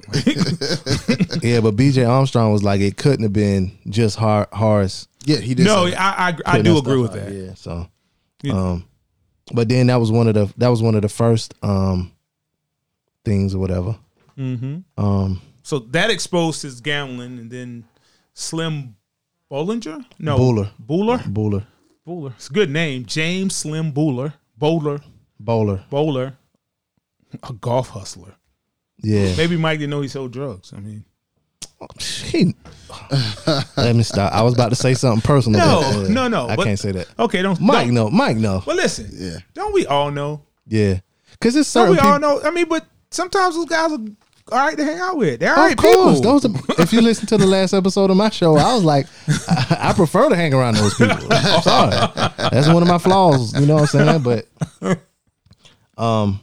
yeah. But B.J. Armstrong was like, it couldn't have been just Har- Horace. Yeah, he did. no, say that. I I, I do agree with that. Yeah. So, Yeah. um, but then that was one of the that was one of the first um things or whatever. hmm Um, So that exposed his gambling, and then Slim Bollinger, no Buller. Buller, Buller, Buller. It's a good name, James Slim Buller, Bowler, bowler. Bowler, a golf hustler. Yeah. Maybe Mike didn't know he sold drugs. I mean, He- Let me stop. I was about to say something personal. No, but, uh, no, no, I but- can't say that. okay, don't Mike, Don't, no, Mike, no. But listen, Yeah. don't we all know? Yeah, because it's Don't certain we people. all know? I mean, but sometimes those guys are all right to hang out with. They're all Of right course, people. those. Are, if you listen to the last episode of my show, I was like, I, I prefer to hang around those people. I'm sorry, that's one of my flaws. You know what I'm saying? But, um,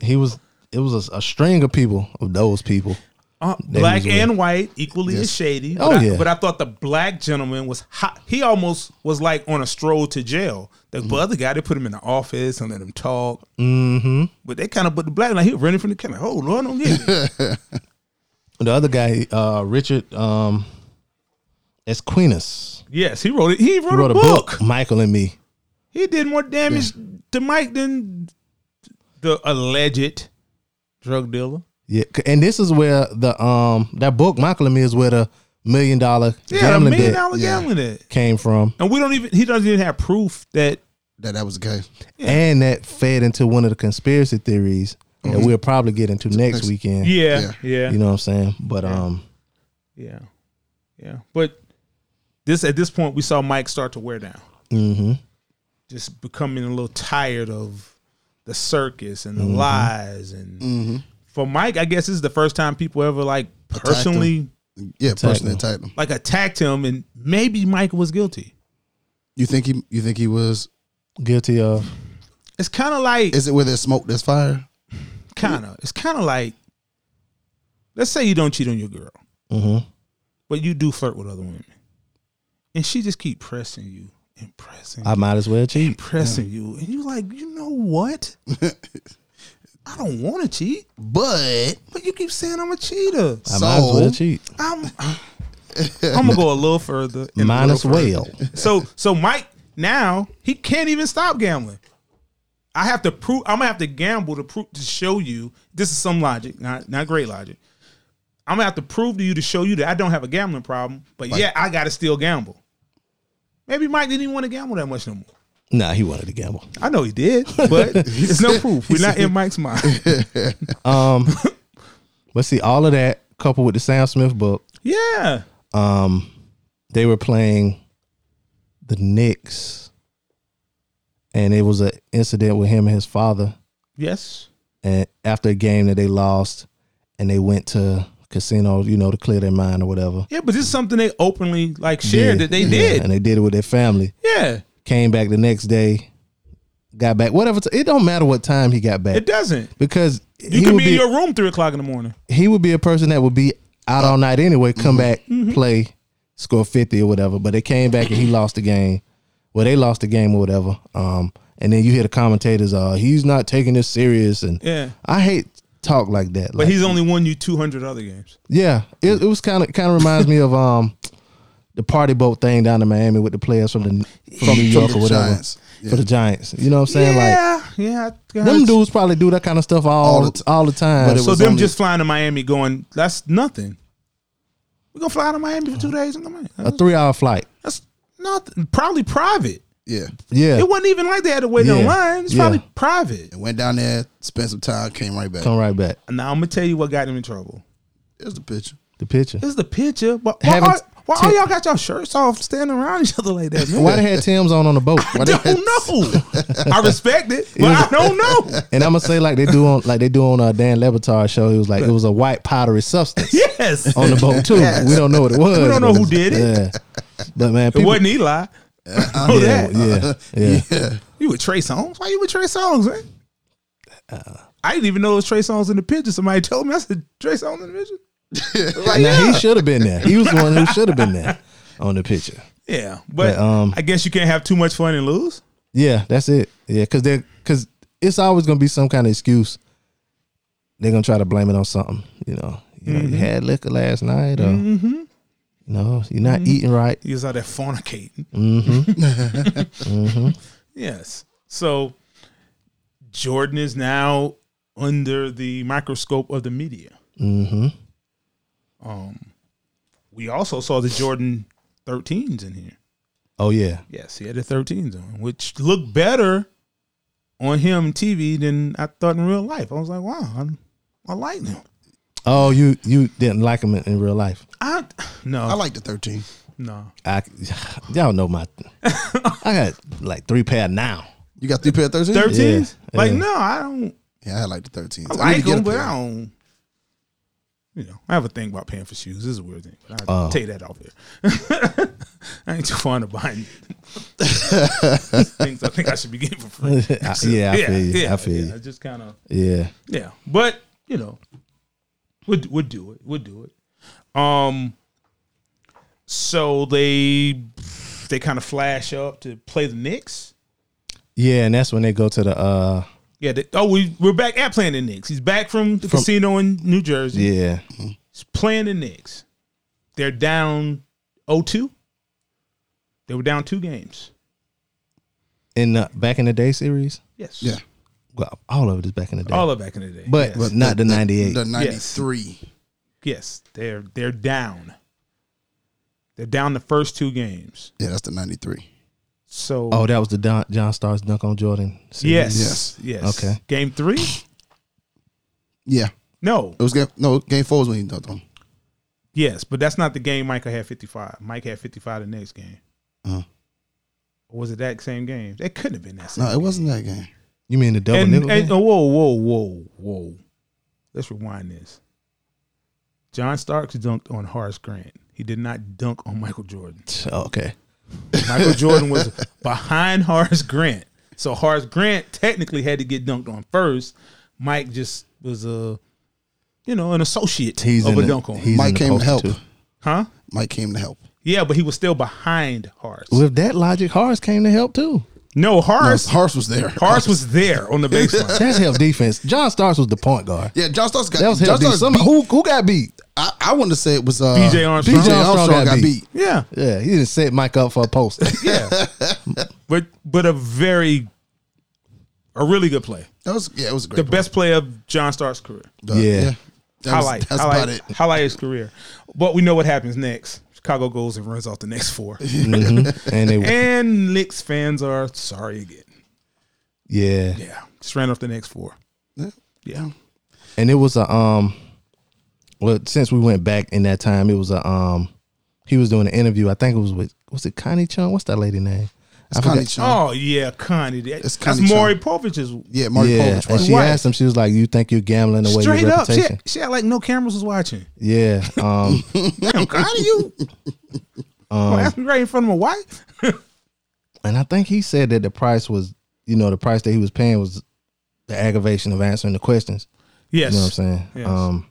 he was. It was a, a string of people of those people. Uh, That black was weird. and white equally as shady. Oh, but, I, yeah. but I thought the black gentleman was hot. He almost was like on a stroll to jail. The Mm-hmm. other guy, they put him in the office and let him talk. Mm-hmm. But they kind of put the black like he was running from the camera. Oh Lord, don't get me. The other guy, uh, Richard, um, Esquinas, yes, he wrote it. He wrote, he wrote a, book. Michael and me. He did more damage to Mike than the alleged drug dealer. Yeah, c- and this is where the um that book Michael and me is where the million dollar Yeah, the gambling million debt dollar Yeah. gambling debt. came from. And we don't even. He doesn't even have proof that. that that was the case. and that fed into one of the conspiracy theories that we'll probably get into next, next- weekend. Yeah, yeah. You know what I'm saying? But um, Yeah. Yeah. But this at this point we saw Mike start to wear down. hmm Just becoming a little tired of the circus and the lies and for Mike, I guess this is the first time people ever like personally Yeah, personally him. attacked him. like attacked him and maybe Mike was guilty. You think he? You think he was? guilty of It's kinda like Is it where there's smoke, there's fire? kinda. It's kinda like let's say you don't cheat on your girl, Mhm. but you do flirt with other women. And she just keep pressing you and pressing I might as well cheat. pressing you, and you like, you know what? I don't want to cheat, But but you keep saying I'm a cheater. I might as So- well cheat. I'm, I'm gonna go a little further. and a Might as little well. further. So, so Mike now he can't even stop gambling. I have to prove. I'm gonna have to gamble to prove to show you this is some logic, not not great logic. I'm gonna have to prove to you to show you that I don't have a gambling problem, but yeah, I gotta still gamble. Maybe Mike didn't even want to gamble that much no more. Nah, he wanted to gamble. I know he did, but it's no proof. We're not in Mike's mind. Um, but see, all of that coupled with the Sam Smith book, Yeah. um, they were playing the Knicks, and it was an incident with him and his father. Yes. And after a game that they lost, and they went to casinos, you know, to clear their mind or whatever. Yeah, but this is something they openly like shared that they Yeah, did. and they did it with their family. Yeah. Came back the next day, got back whatever. T- it don't matter what time he got back It doesn't. because You he could would be, be in your room three o'clock in the morning. he would be a person that would be out all night anyway, Mm-hmm. come back, play, score 50 or whatever. But they came back and he lost the game. Well, they lost the game or whatever. Um, and then you hear the commentators, uh, he's not taking this serious. And Yeah. I hate talk like that. But he's only won you two hundred other games. yeah, it, it was kind of kind of reminds me of um the party boat thing down in Miami with the players from the from New York the or whatever Giants. for the Giants. You know what I'm saying? yeah, yeah. I- Like them dudes probably do that kind of stuff all All all the the, t- time. But it So was them only- just flying to Miami, going that's nothing. We're gonna fly to Miami for two Uh-huh. days and come in. a That's, three hour flight. that's nothing. Probably private. Yeah. Yeah, It wasn't even like they had to wait in Yeah. line. It's Yeah. probably private. And went down there, spent some time, came right back. come right back. Now I'm gonna tell you what got him in trouble. There's the picture. The picture. This is the picture, but why, Having are, why all ten- y'all got y'all shirts off standing around each other like that? Man? Why they had Tim's on on the boat? Why I they- don't know. I respect it, but I don't know. and I'm gonna say like they do on like they do on uh, Dan Lebatard's show. It was like it was a white powdery substance Yes, on the boat too. We don't know what it was. We don't know who did it. Yeah. But man, it people, wasn't Eli. know yeah, that. yeah, yeah. Yeah. You with Trey Songs? Why you with Trey Songs, man? Uh. I didn't even know it was Trey Songs in the picture. Somebody told me. I said Trey Songs in the picture. I was like, Now yeah. he should have been there. He was the one who should have been there on the picture. yeah, but, But, um, I guess you can't have too much fun and lose. Yeah, that's it. Yeah, because they because it's always gonna be some kind of excuse. They're gonna try to blame it on something. You know, you, know, Mm-hmm. you had liquor last night, or you know, you're not Mm-hmm. eating right. He was out there fornicating. Mm-hmm. yes. So Jordan is now under the microscope of the media. Mm-hmm. Um, we also saw the Jordan 13s in here. Oh yeah, Yes, he had the 13s on, which looked better on him TV than I thought in real life. I was like, wow, I'm, I like them. Oh, you you didn't like him in, in real life. I no I like the 13. no. I y'all know my. I got like three pair now. You got three pair of 13? 13s? Yeah, Like yeah. no, I don't Yeah, I like the 13. I like them, but I don't. You know, I have a thing about paying for shoes. This is a weird thing. I'll Oh. take that off there. I ain't too fond of buying things I think I should be getting for free. I- yeah, I feel you. I feel yeah, you. just kind of Yeah. yeah, but you know, we'll we'll do it. We'll do it. Um, so they they kind of flash up to play the Knicks. Yeah, and that's when they go to the uh Yeah. They, oh, we we're back at playing the Knicks. He's back from the casino in New Jersey. yeah. It's playing the Knicks. They're down 0-2. They were down two games. In the back in the day series. Yes. Yeah. Well, all of it is back in the day. All of back in the day. but yes. not the, 98. The 93. yes, they're they're down. They're down the first two games. Yeah, that's the 93. So oh, that was the Don, John Starks dunk on Jordan. series? yes, yes. Yes. Okay. Game three? Yeah. No. It was game, no, game four was when he dunked on. him. Yes, but that's not the game Michael had 55. Mike had 55 the next game. Uh-huh. Or was it that same game? It couldn't have been that same No, it wasn't that game. You mean the double and, nigga? and- oh, whoa, whoa, whoa, whoa. Let's rewind this. John Starks dunked on Horace Grant. He did not dunk on Michael Jordan. Oh, okay. Michael Jordan was behind Horace Grant. So Horace Grant technically had to get dunked on first. Mike just was a, you know, an associate He's of in a the- dunk on. he's him. in Mike the came to poster, help. too. Huh? Mike came to help. Yeah, but he was still behind Horace. With that logic, Horace came to help too. No, Horace. Harsh was there. Horace was there on the baseline. That's help defense. John Starks was the point guard. Yeah, John Starks got That was John help defense. Starks Some, beat- who who got beat? I, I want to say it was uh, B.J. Armstrong. B.J. Armstrong got beat. Yeah. Yeah, he didn't set Mike up for a post. Yeah. but but a very a really good play. That was yeah, it was a The great. best play of John Stark's career. play. Yeah. That was- Highlight. that's highlight, about it. Highlight his career. But we know what happens next. Chicago goes and runs off the next four. Mhm. And they and Knicks fans are sorry again. yeah. Yeah. Just ran off the next four. Yeah. Yeah. And it was a um well, since we went back in that time, it was a um He was doing an interview. I think it was with was it Connie Chung? What's that lady name? I forgot. Connie Chung. Oh yeah, Connie. That- It's that's Connie Chung. Maury Povich's Yeah, Mark yeah, Povich, and right? she Right. asked him. She was like, "You think you're gambling away straight your up. She, reputation?" she had like no cameras was watching. Yeah. Um, Damn, Connie, you. Um, Don't ask me right in front of my wife. and I think he said that the price was, you know, the price that he was paying was the aggravation of answering the questions. Yes. You know what I'm saying? Yes. Um,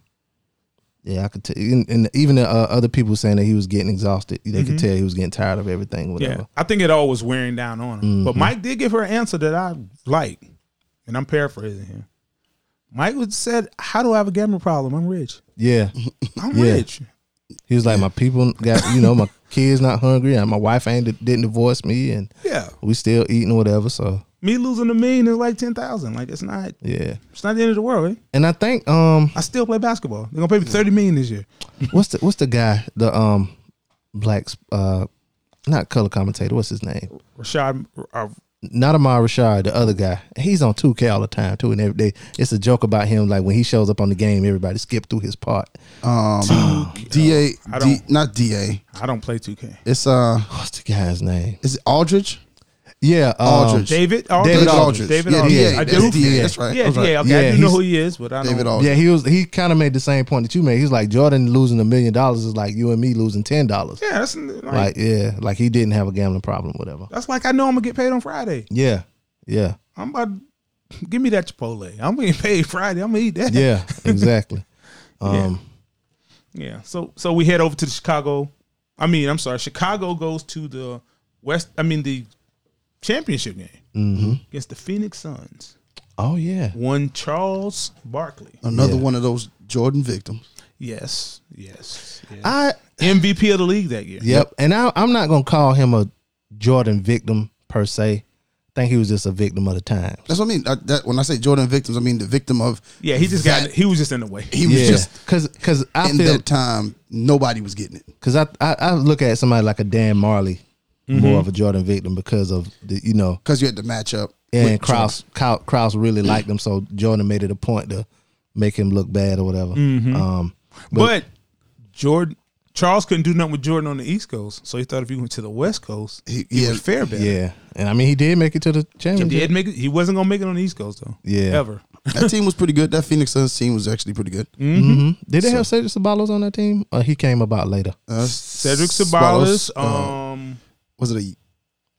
yeah, I could tell. And, and even the, uh, other people saying that he was getting exhausted. They could tell he was getting tired of everything. Whatever. Mm-hmm. Yeah, I think it all was wearing down on him. But Mike did give her an answer that I like, and I'm paraphrasing here. Mike would said, "How do I have a gambling problem? I'm rich. Yeah. I'm Yeah. rich. He was like, my people got, you know, my kids not hungry, and my wife ain't didn't divorce me, and Yeah, we still eating whatever. So me losing a million is like ten thousand. Like it's not, yeah. it's not the end of the world. Eh? And I think um, I still play basketball. They're gonna pay me thirty million this year. what's the what's the guy the um, black uh, not color commentator. What's his name? Rashad, uh, not Amar Rashad, the other guy. He's on 2K all the time too, and every day it's a joke about him. Like when he shows up on the game, everybody skip through his part. Um, Da, Oh, I D, don't- not Da. I don't play two K. It's uh, What's the guy's name? is it Aldridge? Yeah, um, Aldridge. David, Aldridge. David Aldridge. Aldridge. David yeah, Aldridge. DA. I That's do. DA. That's right. Yeah, That's right. yeah, okay. Yeah, I do know he's- who he is, but I don't. David Aldridge. Yeah, he was. He kind of made the same point that you made. He's like Jordan losing a million dollars is like you and me losing ten dollars. Yeah, that's like, Like yeah, like he didn't have a gambling problem, whatever. that's like I know I'm gonna get paid on Friday. Yeah, yeah, I'm about to give me that Chipotle. I'm getting paid Friday. I'm gonna eat that. yeah, exactly. Um, Yeah. So so we head over to the Chicago. I mean, I'm sorry. Chicago goes to the West. I mean the championship game against the Phoenix Suns. Oh yeah, One Charles Barkley. Another Yeah. one of those Jordan victims. Yes. Yes. yes. I MVP of the league that year. Yep. And I, I'm not gonna call him a Jordan victim per se. I think he was just a victim of the times. That's what I mean. I, that when I say Jordan victims, I mean the victim of. Yeah. He just got. that- He was just in the way. He was yeah. just cause cause I in feel that time. Nobody was getting it. cause I, I I look at somebody like a Dan Marley Mm-hmm. more of a Jordan victim because of the you know because you had to match up. and with Kraus Kyle, Kraus really liked him so Jordan made it a point to make him look bad or whatever. Mm-hmm. Um, But Jordan Charles couldn't do nothing with Jordan on the East Coast, so he thought if he went to the West Coast, he, He- he yeah. would fare better. yeah, and I mean he did make it to the championship. He did make it. He wasn't gonna make it on the East Coast though. Yeah. Ever. Jordan. That team was pretty good. That Phoenix Suns team was actually pretty good. Mm. Mhm. Did they have Cedric Sabalos on that team? Or he came about later. Uh, Cedric Swallows, Sabalas. uh, Um. was it a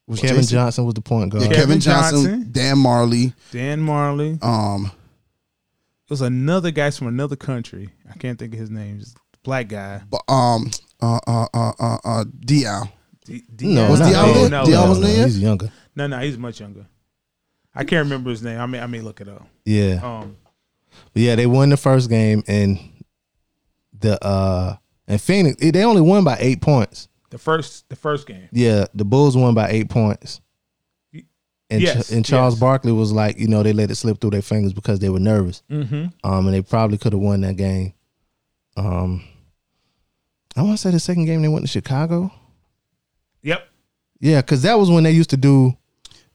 was Kevin Jason- Johnson was the point guard. yeah, Kevin, Kevin Johnson, Johnson. Dan Marley. Dan Marley. It Um, was another guy from another country. I can't think of his name. He's a black guy. bu- um, uh, uh, uh, uh, uh Dial. D- No, Was not Diallo Diallo. there? No, Diallo no, wasn't no. there? yet? He's younger. no, no, he's much younger. I can't remember his name. I may, I may look it up. Yeah, Um, But yeah, they won the first game and the uh and Phoenix they only won by eight points. the first, the first game. Yeah, the Bulls won by eight points. And, Ch- Yes, and Charles yes. Barkley was like, you know, they let it slip through their fingers because they were nervous. Mm-hmm. Um, and they probably could have won that game. Um, I want to say the second game they went to Chicago. Yep. Yeah, because that was when they used to do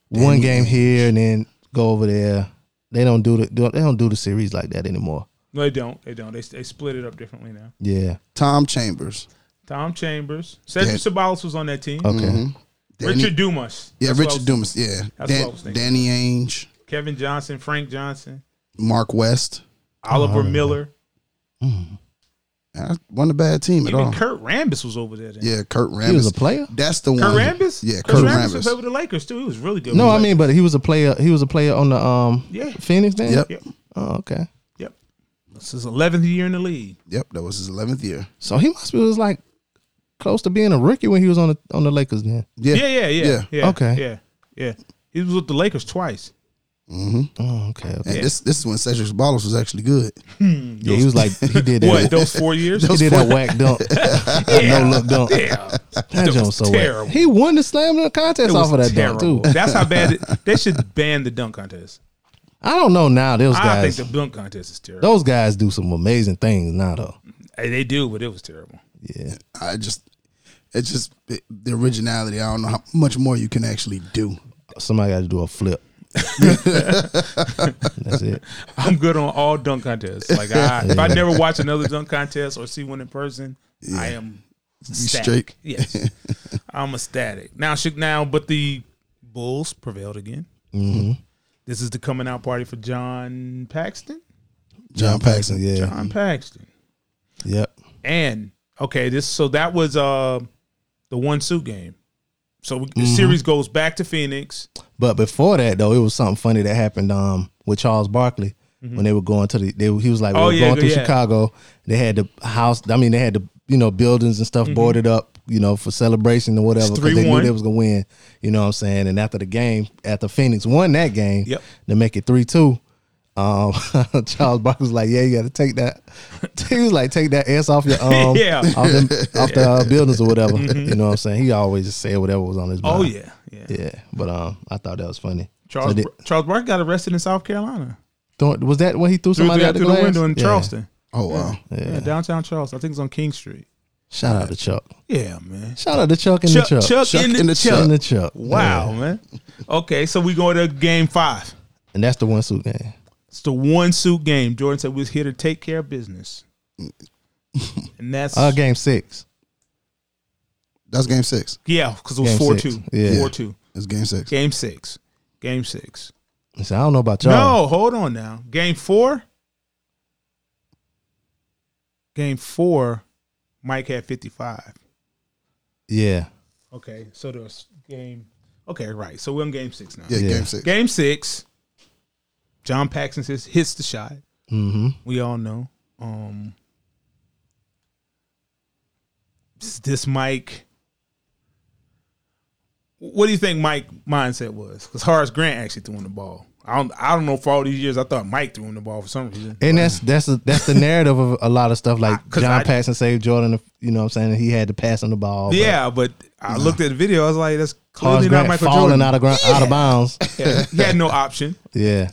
one game here and then go over there. They don't do the they don't do the series like that anymore. No, they don't. They don't. They they split it up differently now. Yeah. Tom Chambers. Tom Chambers, Cedric Yeah. Sabalas was on that team. Okay. Um, Danny- Richard Dumas. Yeah, That's what I Richard was- Dumas. Yeah, what I was thinking. Danny Ainge, Kevin Johnson, Frank Johnson, Mark West. Oliver Miller, I wasn't a bad team at even all. Kurt Rambis was over there. Then. yeah, Kurt Rambis. He was a player. That's the Kurt one. Rambis? Yeah, Kurt Kurt Rambis was Rambis. over the Lakers too. He was really good. No, with I the mean, but he was a player. He was a player on the um Yeah. Phoenix then. Yep, Lakers. Yep. Oh, okay. Yep. This is eleventh year in the league. yep. That was his eleventh year. So he must be was like close to being a rookie when he was on the on the Lakers then. Yeah, Yeah, yeah, yeah. Yeah. Yeah. Okay. Yeah. Yeah. He was with the Lakers twice. Oh, okay. okay. And this this is when Cedric Sabalos was actually good. Yeah, he was like he did What, that. those four years? he did that whack dunk, no look dunk. yeah. That That joint was so whack. terrible. He won the slam dunk contest It off of was that terrible. dunk too. That's how bad it, they should ban the dunk contest. I don't know now. Those I think guys, the dunk contest is terrible. those guys do some amazing things now though. Hey, they do, but it was terrible. Yeah. I just it's just it- the originality. I don't know how much more you can actually do. Somebody got to do a flip. That's it. I'm good on all dunk contests. Like I, if I never watch another dunk contest or see one in person, I am static. straight? Yes, I'm ecstatic. Now, should now, but the Bulls prevailed again. Mm-hmm. This is the coming out party for John Paxton. John Paxson. Yeah. John Paxton. Yep. And okay, this so that was uh the one suit game. So we, Mm-hmm. the series goes back to Phoenix. But before that though, it was something funny that happened um with Charles Barkley when they were going to the they, were- he was like Mm-hmm. Oh, we were yeah, going go- through yeah. Chicago. They had the house I mean they had the you know buildings and Mm-hmm. stuff boarded up, you know, for celebration or whatever because they knew 3-1. they was gonna win. You know what I'm saying? And after the game, after Phoenix won that game Yep. to make it three two. Um, Charles Barkley was like, "Yeah, you got to take that." He was like, "Take that ass off your um, Yeah. Mm-hmm. off, the, off the uh, buildings or whatever." You know what I'm saying? He always just said whatever was on his mind. Oh yeah, yeah. Yeah, but um, I thought that was funny. Charles So did- Charles Barkley got arrested in South Carolina. don't- was that when he threw Threw somebody the- out the, through glass? the window in Yeah. Charleston. Oh wow. Yeah. downtown Charleston. I think it's on King Street. Shout out to Chuck. Yeah, man. Shout out to Chuck and Chuck, the Chuck, Chuck. in the, in the Chuck. and the Chuck. Wow, Yeah. man. Okay, so we go to game five. and that's the one suit game. It's the one suit game. Jordan said we was here to take care of business. And that's Uh, game six. That's game six. yeah, because it was game four six. two. Yeah. Four two. That's game six. Game six. Game six. So I don't know about y'all. No, hold on now. Game four. Game four, Mike had fifty five. Yeah. Okay, so there's game. Okay, right. So we're on game six now. Yeah, Yeah. game six. Game six, John Paxson hits, hits the shot. Mm-hmm. We all know. Um, this, this Mike. What do you think Mike mindset was? Because Horace Grant actually threw him the ball. I don't. I don't know. For all these years, I thought Mike threw him the ball for some reason. And that's that's a, that's the narrative of a lot of stuff. Like I- 'cause John I- Paxson saved Jordan. You know what I'm saying? He had to pass on the ball. but yeah, but I looked at the video. I was like, that's Charles clearly not Grant Michael falling Jordan. out of ground, out of bounds. Yeah, he had no option. Yeah.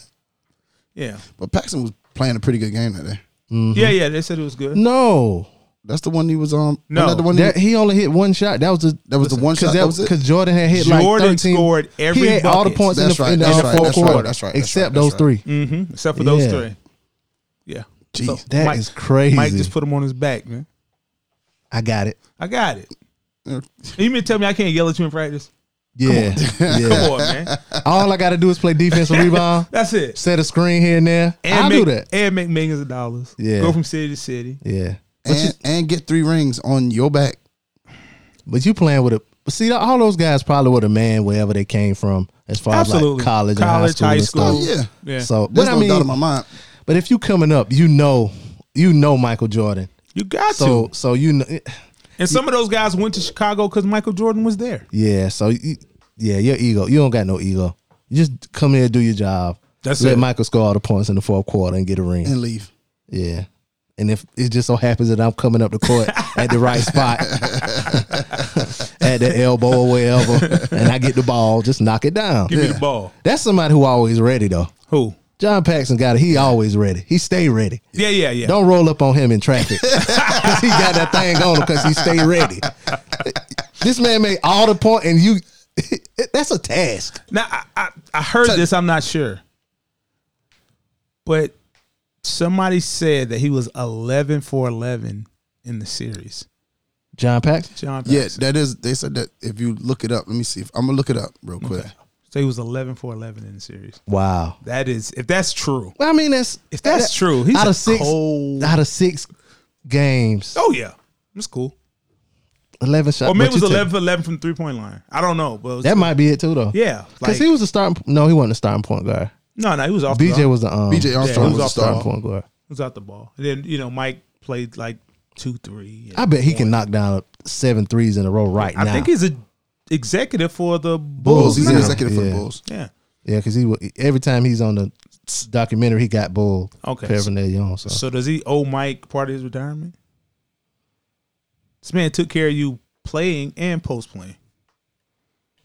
Yeah. But Paxson was playing a pretty good game that day. Mm-hmm. Yeah, yeah. They said it was good. No. That's the one he was on. No. wasn't that the one. That, he, he only hit one shot. That was the That was the one shot? That was it? because Jordan had hit like Jordan thirteen. scored every He had all the bucket. points in That's the, right, in the that's uh, right, fourth that's right, quarter. that's right, that's Except right, Mm. those that's three. hmm Except for those Yeah. three. Yeah. Jeez. So- That is Mike- crazy. Mike just put him on his back, man. I got it. I got it. Yeah. You mean to tell me I can't yell at you in practice? Yeah. Come yeah. on, man. All I got to do is play defensive rebound, That's it. set a screen here and there. And I make, do that. And make millions of dollars. Yeah. Go from city to city. Yeah. But you, and, and get three rings on your back. but you playing with a. but See, all those guys probably were a man wherever they came from, as far as like Absolutely. college, College, and high high school. school. and Oh yeah. Yeah. stuff. So, There's but I no doubt in mean, my mind. but if you coming up, you know, you know Michael Jordan. you got So, to. so you know, And some of those guys went to Chicago because Michael Jordan was there. Yeah. So you, yeah, your ego. You don't got no ego. You just come here, do your job. That's let it. Michael score all the points in the fourth quarter and get a ring. And leave. Yeah. And if it just so happens that I'm coming up the court at the right spot, at the elbow or wherever, and I get the ball, just knock it down. Give me the ball. That's somebody who always ready though. Who? John Paxson got it. He always ready. He stay ready. Yeah, yeah, yeah. Don't roll up on him in traffic because he got that thing on him because he stay ready. This man made all the point, and you. that's a task. Now I, I, I heard this. I'm not sure, but somebody said that he was 11 for 11 in the series. John Paxson. John Paxson. Yeah, that is. They said that if you look it up, let me see. If, I'm gonna look it up real quick. So he was 11 for 11 in the series. Wow. That is, if that's true. Well, I mean, that's If that's true, he's out a of six cold- out of six games, Oh yeah, that's cool. eleven shots. Or maybe it But was you take- 11 for 11 from the three point line. I don't know, but it was, That might be it too, though. yeah, because like he was a starting. No, he wasn't a starting point guard. no, no, he was off. the BJ ball. was the um, BJ Armstrong he was was off a the star. starting point guard. He was out the ball. And then you know Mike played like two, three. and- I bet he can knock down seven threes in a row right I now. think he's a executive for the Bulls. Bulls. He's now. an executive for the Yeah. Bulls. Yeah. yeah, because he wa- every time he's on the documentary, he got bull Okay. paraphernalia on. So. So does he owe Mike part of his retirement? This man took care of you playing and post playing.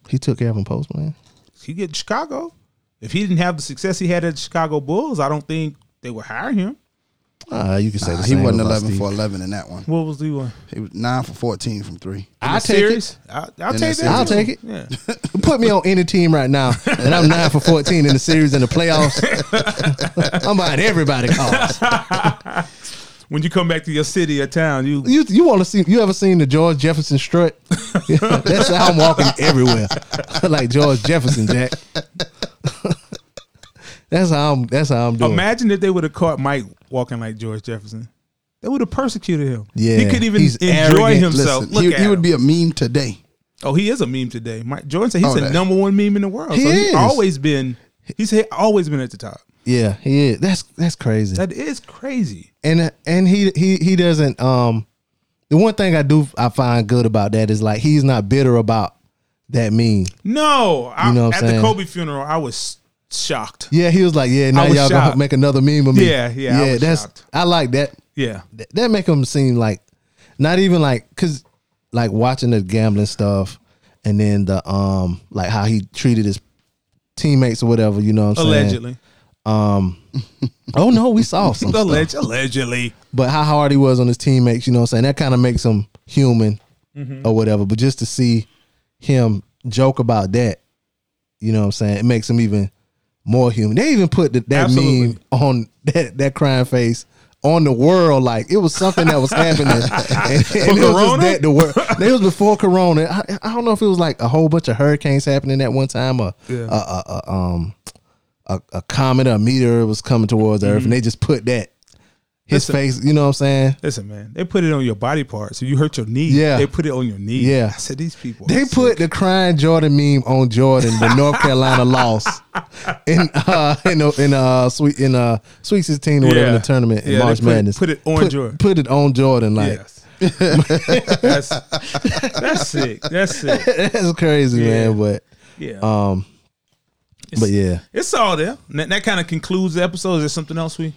He took care of him post man. He get Chicago. If he didn't have the success he had at Chicago Bulls, I don't think they would hire him. Uh, you can say Nah, the Ah, he same. wasn't about 11 Steve. for 11 in that one. What was the one? He was nine for 14 from three. I the take series? I, I'll In take that that. I'll too. take it. Yeah. it. Put me on any team right now, and I'm nine for fourteen in the series and the playoffs. I'm buying everybody cars. when you come back to your city or town, you You you want to see? You ever seen the George Jefferson strut? That's how I'm walking everywhere, like George Jefferson, Jack. that's how I'm. That's how I'm doing. imagine if they would have caught Mike walking like George Jefferson. They would have persecuted him. Yeah. he could even He's enjoy arrogant. himself. Listen, Look he, at he him. would be a meme today. Oh, he is a meme today. Mike Jordan said he's Oh, the that- number one meme in the world. He so is. he's always been. He's he- always been at the top. yeah, he is. That's that's crazy. That is crazy. and and he he he doesn't um the one thing I do I find good about that is like he's not bitter about that meme. No, I, You know what at I'm the saying? Kobe funeral, I was shocked. Yeah, he was like, yeah, now I was y'all gonna shocked. make another meme of me. Yeah, yeah, I was that's shocked. I like that. Yeah, Th- That make him seem like not even like cuz like watching the gambling stuff and then the um like how he treated his teammates or whatever, you know what I'm saying? allegedly, Oh no, we saw some stuff. Alleg- allegedly. but how hard he was on his teammates, you know what I'm saying? That kind of makes him human Mm-hmm. or whatever. But just to see him joke about that, you know what I'm saying? It makes him even more human. They even put the, that meme Absolutely. on that, that crying face on the world like it was something that was happening and, and it was just Corona? that the world it was before corona I, I don't know if it was like a whole bunch of hurricanes happening at one time or Yeah. a, a, a, um a, a comet or a meteor was coming towards earth and they just put that his Mm-hmm. Listen. face you know what i'm saying Listen, man, they put it on your body parts. So you hurt your knee. Yeah. they put it on your knee. Yeah. I said these people. They are put the crying Jordan meme on Jordan when North Carolina lost in uh in uh, in uh sweet in uh sweet sixteen or whatever Yeah. the tournament in Yeah, they March put- Madness. put it on Jordan. Put it on Jordan like Yes. that's, that's sick. That's sick. that's crazy, Yeah. man. But Yeah. um, but yeah, it's all there. And that, that kind of concludes the episode. Is there something else we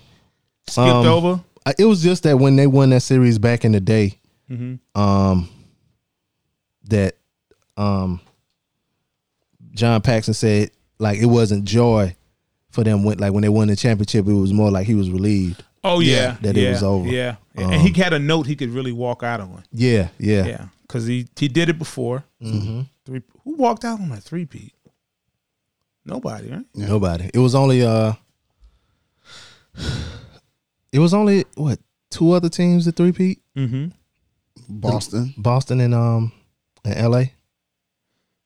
skipped Um, over? I- it was just that when they won that series back in the day, Mm-hmm. um, that um, John Paxson said like it wasn't joy for them when like when they won the championship, it was more like he was relieved. Oh yeah, that it yeah, was over. Yeah, and he had a note he could really walk out on. Yeah, yeah, Mm-hmm. Yeah, because he he did it before. Three, who walked out on a three peat? Nobody, right? Nobody. It was only uh, it was only what two other teams that three peat Mm-hmm. Boston. Boston and um and L.A.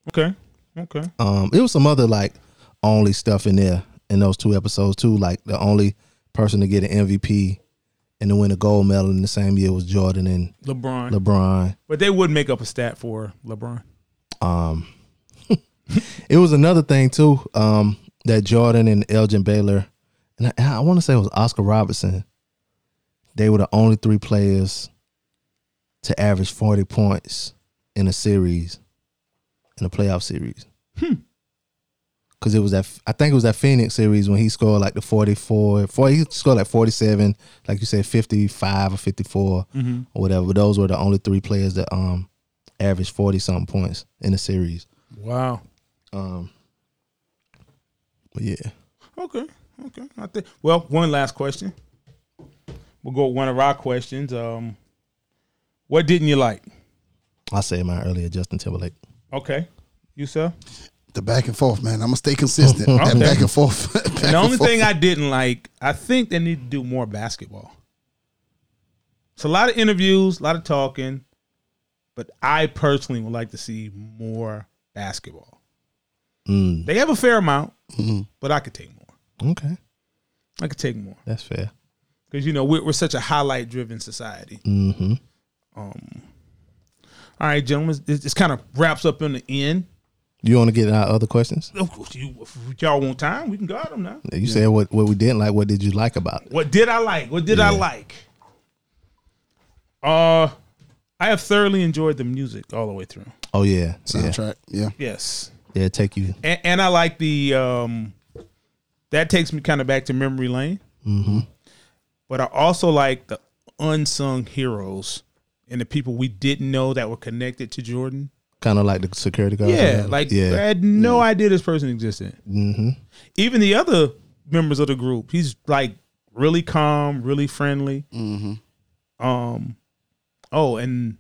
Okay, okay. Um, it was some other like only stuff in there in those two episodes too. Like the only person to get an MVP and to win a gold medal in the same year was Jordan and LeBron, LeBron. but they would make up a stat for LeBron. Um, it was another thing too um, that Jordan and Elgin Baylor, and I, I want to say it was Oscar Robertson. They were the only three players to average forty points in a series, in a playoff series. Because it was that I think it was that Phoenix series when he scored like the 44, 40, he scored like forty seven, like you said, fifty five or fifty or whatever. But those were the only three players that um averaged forty something points in a series. Wow. Um, but yeah, Okay, okay. I think. Well, one last question. We'll go with one of our questions. Um, what didn't you like? I said mine earlier, Justin Timberlake. Okay, you sir. The back and forth, man. I'm gonna stay consistent. That Okay. back and forth. back And and the only forth. thing I didn't like, I think they need to do more basketball. It's a lot of interviews, a lot of talking, but I personally would like to see more basketball. Mm, They have a fair amount, Mm-hmm. but I could take more. okay, I could take more that's fair. because you know we're, we're such a highlight-driven society. Mm-hmm. All right, gentlemen, this, this kind of wraps up in the end. You want to get our other questions? Of course, you, if y'all want time, we can go out them now. You said what what we didn't like. What did you like about it? What did I like? What did I like? Uh, I have thoroughly enjoyed the music all the way through. Oh yeah, yeah, Soundtrack. Yeah. Yes, yeah. Take you. and, and I like the um, that takes me kind of back to memory lane. Mm-hmm. But I also like the unsung heroes and the people we didn't know that were connected to Jordan. Kind of like the security guard. or Yeah, whatever. like yeah, I had no idea this person existed. Mm-hmm. Even the other members of the group, he's like really calm, really friendly. Mm-hmm. Um, oh, and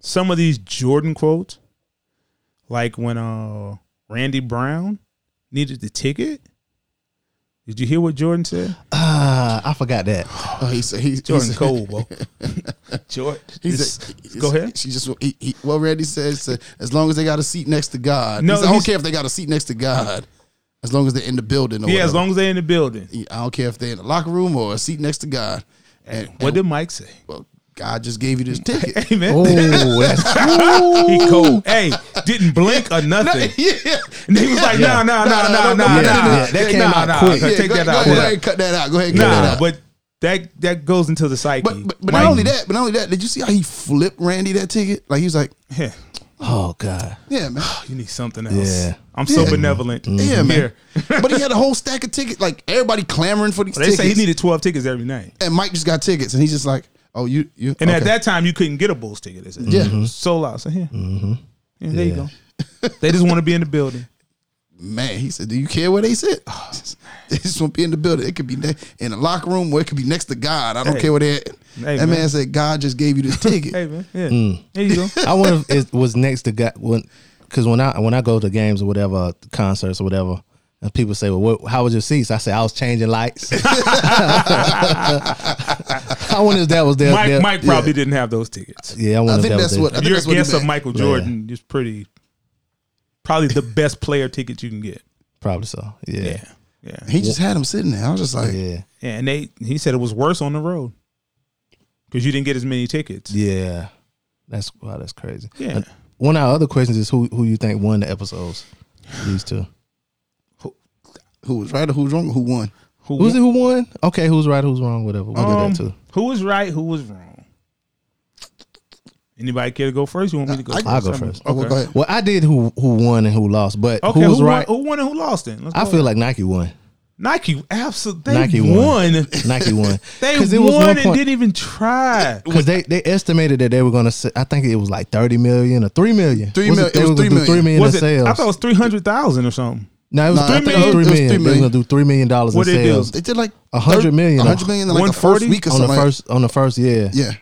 some of these Jordan quotes, like when uh Randy Brown needed the ticket, Did you hear what Jordan said? Ah, I forgot that. Oh, he said he's Jordan he's- Cole, bro. Jordan. He It's- said, go ahead. She just he, he, what Randy says. said, As long as they got a seat next to God. No, No, I don't he's- care if they got a seat next to God. As long as they're in the building. Or Yeah, as whatever. long as they're in the building. I don't care if they're in the locker room or a seat next to God. And, What and, did Mike say? well, God just gave you this ticket. Hey man, Oh, that's he cold. Hey, didn't blink or nothing. yeah. And he was like, nah, nah, nah, nah, nah, nah. Yeah, yeah, that came nah, out nah, quick. nah, Yeah, Take go, that go out. ahead and cut that out. Go ahead and cut that Nah, out. but that that goes into the psyche. But but, but not Mike- only that, but not only that, did you see how he flipped Randy that ticket? Like he was like, Yeah, oh god. Yeah, man. you need something else. Yeah. I'm so Yeah. Mm-hmm. benevolent. Yeah, man. Here. but he had a whole stack of tickets, like everybody clamoring for these They tickets. say he needed 12 tickets every night. and Mike just got tickets, and he's just like, "Oh, you, you." And at okay. that time, you couldn't get a Bulls ticket. They said. Yeah. Mhm. Sold out. So here. Yeah, there you go. They just want to be in the building. man, he said, "Do you care where they sit? they just won't be in the building. It could be ne- in the locker room, or it could be next to God. I don't Hey. care where they're." At. Hey, that man. man. said, "God just gave you this ticket." Hey, man. Yeah. There you go. I wonder if it was next to God when, because when I when I go to games or whatever concerts or whatever, and people say, "Well, what, how was your seats?" I say, "I was changing lights." I wonder if that was there. Mike, there- Mike probably didn't have those tickets. Yeah, I wonder I if think that that's was there. what. I think Your that's what he guess of meant. Michael Jordan is pretty, probably the best player ticket you can get. Probably so. Yeah, Yeah. Yeah. He just had him sitting there. I was just like, yeah, Yeah, and they he said it was worse on the road because you didn't get as many tickets. yeah. That's wow. That's crazy. Yeah. Uh, one of our other questions is who who you think won the episodes? These two. "Who was right or who was wrong? Who won?" Who Who's it? Who won? Okay, who's right? Who's wrong? Whatever. We'll um, do that too. who was right? Who was wrong? Anybody care to go first? You want me to go? I- first? I'll go Somebody- first. Oh, well, go ahead. Well, I did who who won and who lost, but Okay, who was won- right? who won and who lost? Then Let's I go. feel like Nike won. Nike absolutely Nike won. won. Nike won. They Because it was won one and point. didn't even try. Because they, they estimated that they were going to, I think it was like 30 million or 3 million. Three Was mil- it they was were gonna three do 3 million. million Was in it? sales. I thought it was three hundred thousand or something. no, it was Nah, I 3 think million. it was- it was 3 three million. They were going million. to do $3 million dollars in What they do? sales. They did like A hundred million, a huh? hundred million in like the 140? first week or On the something. like- first, on the first, yeah. yeah,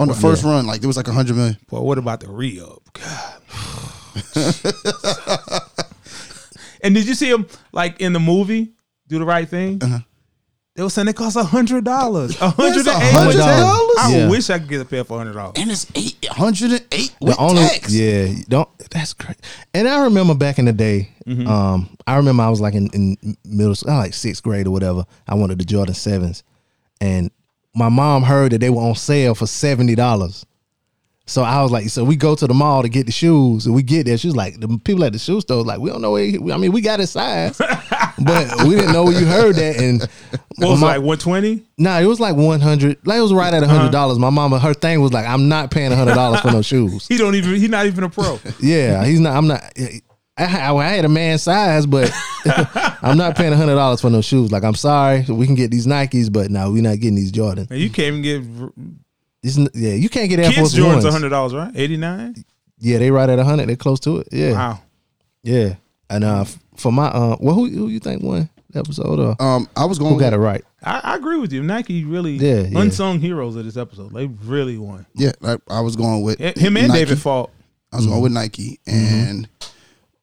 on the first run, like there was like a hundred million. Well, what about the re up? God. and did you see him like in the movie, Do the Right Thing? Uh-huh. They were saying it costs a hundred dollars. A hundred and eight $100? dollars. I Yeah. wish I could get a pair for hundred dollars. And it's eight hundred and eight The with only, tax. yeah, you don't. That's crazy. And I remember back in the day. Mm-hmm. Um, I remember I was like in, in middle school, I was like sixth grade or whatever. I wanted the Jordan Sevens, and my mom heard that they were on sale for seventy dollars. So I was like, so we go to the mall to get the shoes, and we get there. She was like, the people at the shoe store was like, we don't know. Where you- I mean, we got a size, but we didn't know you heard that. And What was it, my- like one twenty? Nah, it was like one hundred. Like it was right at hundred dollars. My mama, her thing was like, I'm not paying hundred dollars for no shoes. He don't even. He's not even a pro. Yeah, he's not. I'm not. I, I, I had a man size, but I'm not paying hundred dollars for no shoes. Like, I'm sorry, we can get these Nikes, but no, we're not getting these Jordans. And you can't even get It's n- yeah, you can't get Air kids Force Jordans Ones. hundred dollars, right? Eighty nine. Yeah, they right at hundred. They're close to it. Yeah, Wow. yeah. And uh, f- for my uh, well, who who you think won the episode? Or Um, I was going. who got it right? I, I agree with you. Nike really Yeah, yeah. unsung heroes of this episode. They really won. Eh, Yeah, I, I was going with Him and Nike. David Falk. I was going with Nike Mm-hmm. and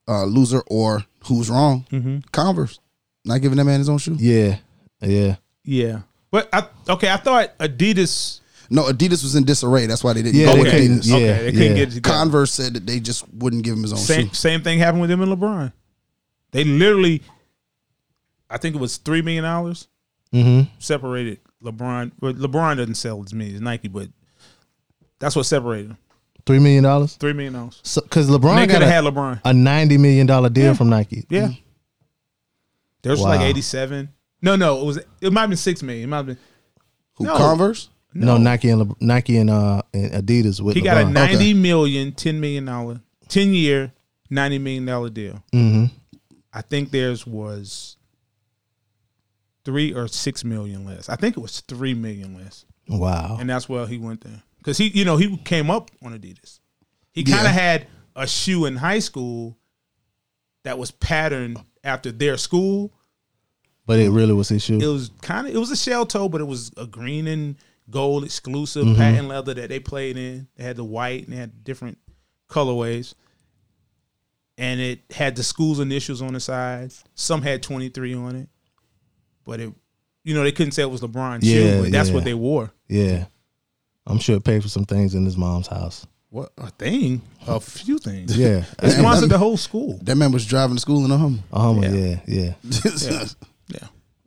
uh, loser or who's wrong? Mm-hmm. Converse. Not giving that man his own shoe. Yeah, yeah. Yeah. But I okay. I thought Adidas No, Adidas was in disarray. That's why they didn't. Yeah, go they with okay. couldn't- Adidas. okay, yeah, they couldn't yeah. get it together. Converse said that they just wouldn't give him his own Same shoe. same thing happened with them and LeBron. They literally, I think it was three million dollars Mm-hmm. separated LeBron. But LeBron doesn't sell as many as Nike, but that's what separated them. Three million dollars. Three million dollars. So, Cause LeBron They could got a, have had LeBron. a ninety million dollar deal Yeah. from Nike. Yeah, there's like Wow. eighty-seven. No, no, it was. It might have been six million. It might have been. Who No. Converse? No, Nike and Le- Nike and uh and Adidas with He LeBron. got a Okay. ninety million, ten million dollar, ten year, ninety million dollar deal. mm-hmm. I think theirs was three or six million less. I think it was three million less. Wow. and that's where he went there because he, you know, he came up on Adidas. He kind of Yeah. had a shoe in high school that was patterned after their school. But it really was his It shoe. was kind of it was a shell toe, but it was a green and gold exclusive Mm-hmm. patent leather that they played in. They had the white and they had different colorways, and it had the school's initials on the sides. Some had twenty three on it, but it, you know, they couldn't say it was LeBron's Yeah, shoe, but that's yeah. what they wore. Yeah. I'm sure it paid for some things in his mom's house. What a thing, a few things. Yeah. They sponsored the whole school. That man was driving to school in a Hummer. A Hummer, Yeah. Uh-huh, yeah, yeah. Yeah.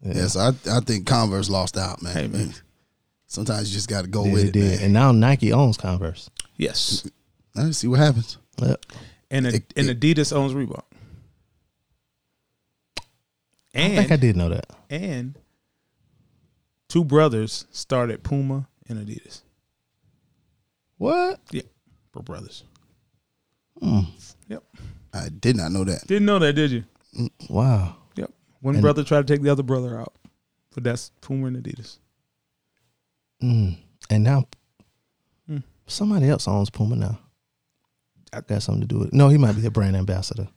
Yeah. Yes, I I think Converse lost out, man. Hey, man. Sometimes you just got to go Yeah, with they it, did. man. And now Nike owns Converse. Uh, Yes. Let's see what happens. Yep. And, a, It- and Adidas owns Reebok. I think I And did know that. and two brothers started Puma and Adidas. What? Yeah, for brothers. Hmm. Yep. I did not know that. Didn't know that, did you? Wow. Yep. One brother tried to take the other brother out, but that's Puma and Adidas. Mm. And now Hmm. somebody else owns Puma now. I got something to do with it. No, he might be a brand ambassador.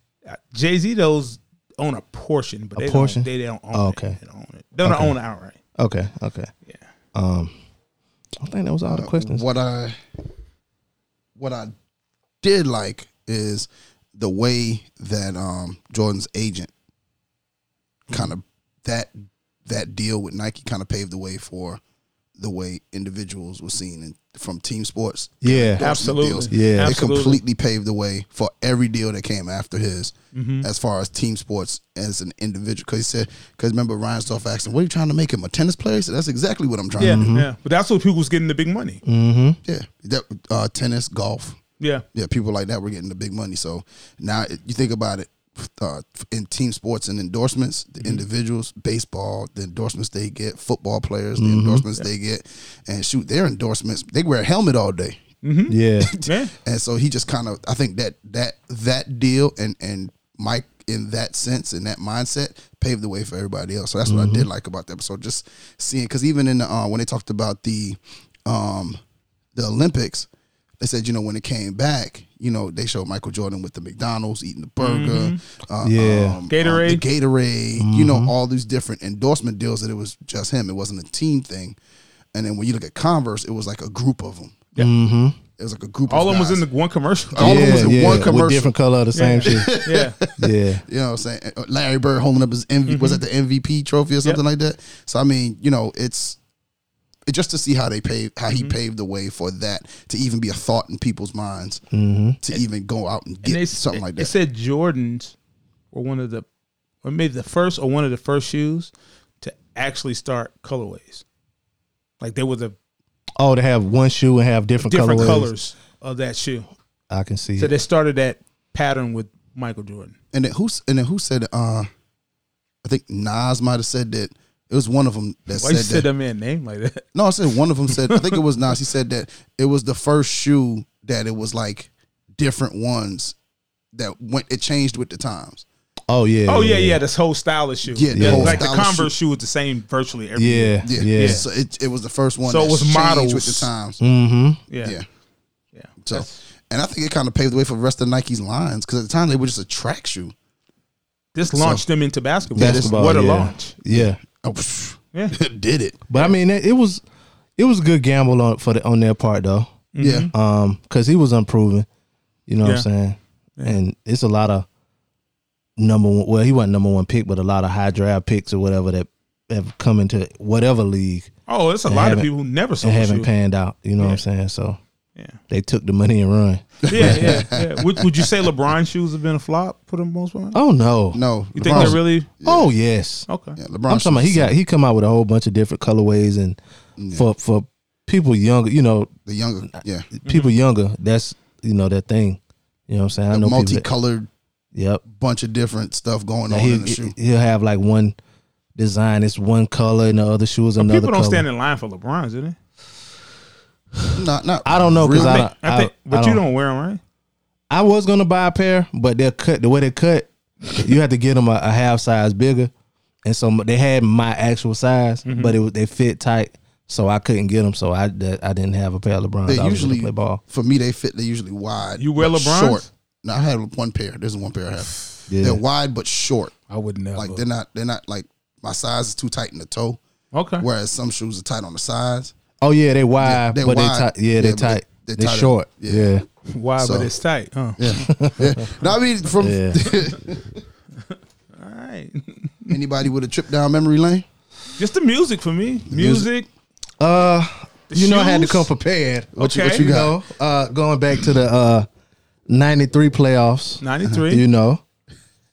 Jay Z Uh, those own a portion, but A they portion? Don't, they don't own Oh, it. okay. They don't own it. They don't Okay. own it outright. Okay, okay. Yeah. Um, I think that was all the questions. Uh, What I what I did like is the way that um Jordan's agent kind of that that deal with Nike kind of paved the way for the way individuals were seen in, from team sports. Yeah. Endorsement Absolutely. deals. Yeah. It Absolutely. completely paved the way for every deal that came after his, Mm-hmm. as far as team sports as an individual. Because he said, because remember Ryan Stoff asked him, "What are you trying to make him a tennis player?" He said, "That's exactly what I'm trying Yeah, to Mm-hmm. yeah. But that's what people was getting the big money. Mm. do." Yeah, that, uh, tennis, golf, Yeah. yeah, people like that were getting the big money. So now it- you think about it uh, in team sports and endorsements, the individuals, baseball, the endorsements they get, football players, the endorsements they get, and shoot, their endorsements, they wear a helmet all day. Yeah. Yeah. And so he just kind of, I think that that that deal and and Mike in that sense and that mindset paved the way for everybody else. So that's what I did like about that. So just seeing, because even in the uh, when they talked about the um the Olympics, they said you know when it came back, you know they showed Michael Jordan with the McDonald's eating the burger, uh, Yeah. Mm-hmm. um, Gatorade. um, the Gatorade, you know all these different endorsement deals that it was just him. It wasn't a team thing. And then when you look at Converse, it was like a group of them. Mm-hmm. It was like a group. All of of them was guys. in the one commercial. All of them was in one commercial. With different color of the same shit. yeah. Yeah. You know what I'm saying? Uh, Larry Bird holding up his MV was that the MVP trophy or something like that. So I mean, you know, it's it just to see how they paved how he paved the way for that to even be a thought in people's minds to even go out and get And they, something like They that. said Jordans were one of the, or maybe the first or one of the first shoes to actually start colorways. Like there was a Oh, to have one shoe and have different, different colorways. colors of that shoe. I can see So it. they started that pattern with Michael Jordan. And then who's and then who said uh I think Nas might have said that it was one of them that Why said you said that. that man name like that? No, I said one of them said I think it was Nas. He said that it was the first shoe that it was like different ones that went it changed with the times. Oh yeah. Oh yeah, yeah, this whole style of shoe. Yeah, the whole like the style of Converse shoe was the same virtually every Yeah. Yeah. Yeah. yeah. So it, it was the first one. So that it was changed models. with the times. Mm-hmm. yeah, Yeah. yeah. So, That's- and I think it kind of paved the way for the rest of Nike's lines because at the time they were just a track shoe. This launched them into basketball. Basketball. what a yeah. launch! Yeah. Oh, psh, Yeah. did it? But I mean, it, it was it was a good gamble on for the, on their part though, Yeah. um, because he was unproven. You know Yeah. what I'm saying? And it's a lot of number one. Well, he wasn't number one pick, but a lot of high draft picks or whatever that have come into whatever league Oh, it's a They lot of haven't- people who never saw and the haven't shoe. panned out. You know what I'm saying? So Oh, Yeah. they took the money and run. yeah, yeah, yeah. Would, would you say LeBron shoes have been a flop for the most part? Oh no! No, You think they're really Oh yes. okay? Yeah, LeBron. I'm talking about shoes. he got he come out with a whole bunch of different colorways and for for people younger, you know, the younger, yeah, Mm-hmm. people younger. That's you know that thing. You know what I'm saying? I the know people. that- multicolored Yep. bunch of different stuff going on in the He'll, shoe. he'll have like one design. It's one color, and the other shoe is another People don't color. stand in line for LeBrons, do they? Not, not. I don't know because I really. I, don't- think, I think, I- but I you don't wear them, right? I was gonna buy a pair, but they're cut the way they cut. you have to get them a, a half size bigger, and so they had my actual size, Mm-hmm. but it was they fit tight, so I couldn't get them. So I that- I didn't have a pair of LeBrons. They I was gonna usually play ball. For me, they fit. They usually wide. You wear but LeBrons? Short. No, I have one pair. There's one pair I have. Yeah. They're wide but short. I would never. Like they're not. They're not like my size is too tight in the toe. okay, Whereas some shoes are tight on the sides. Oh yeah, they wide, they but wide. they tight. Yeah, they Yeah, but they- tight. They, they tighter. short. Yeah. yeah. why? so- but it's tight. Huh? Yeah. yeah. No, I mean, from Yeah. All right. anybody with a trip down memory lane, Just the music for me. Music. Uh, you know, I had to shoes? come prepared. What you- what Okay. you You got? know, uh, going back to the uh, '93 playoffs. 93. You know,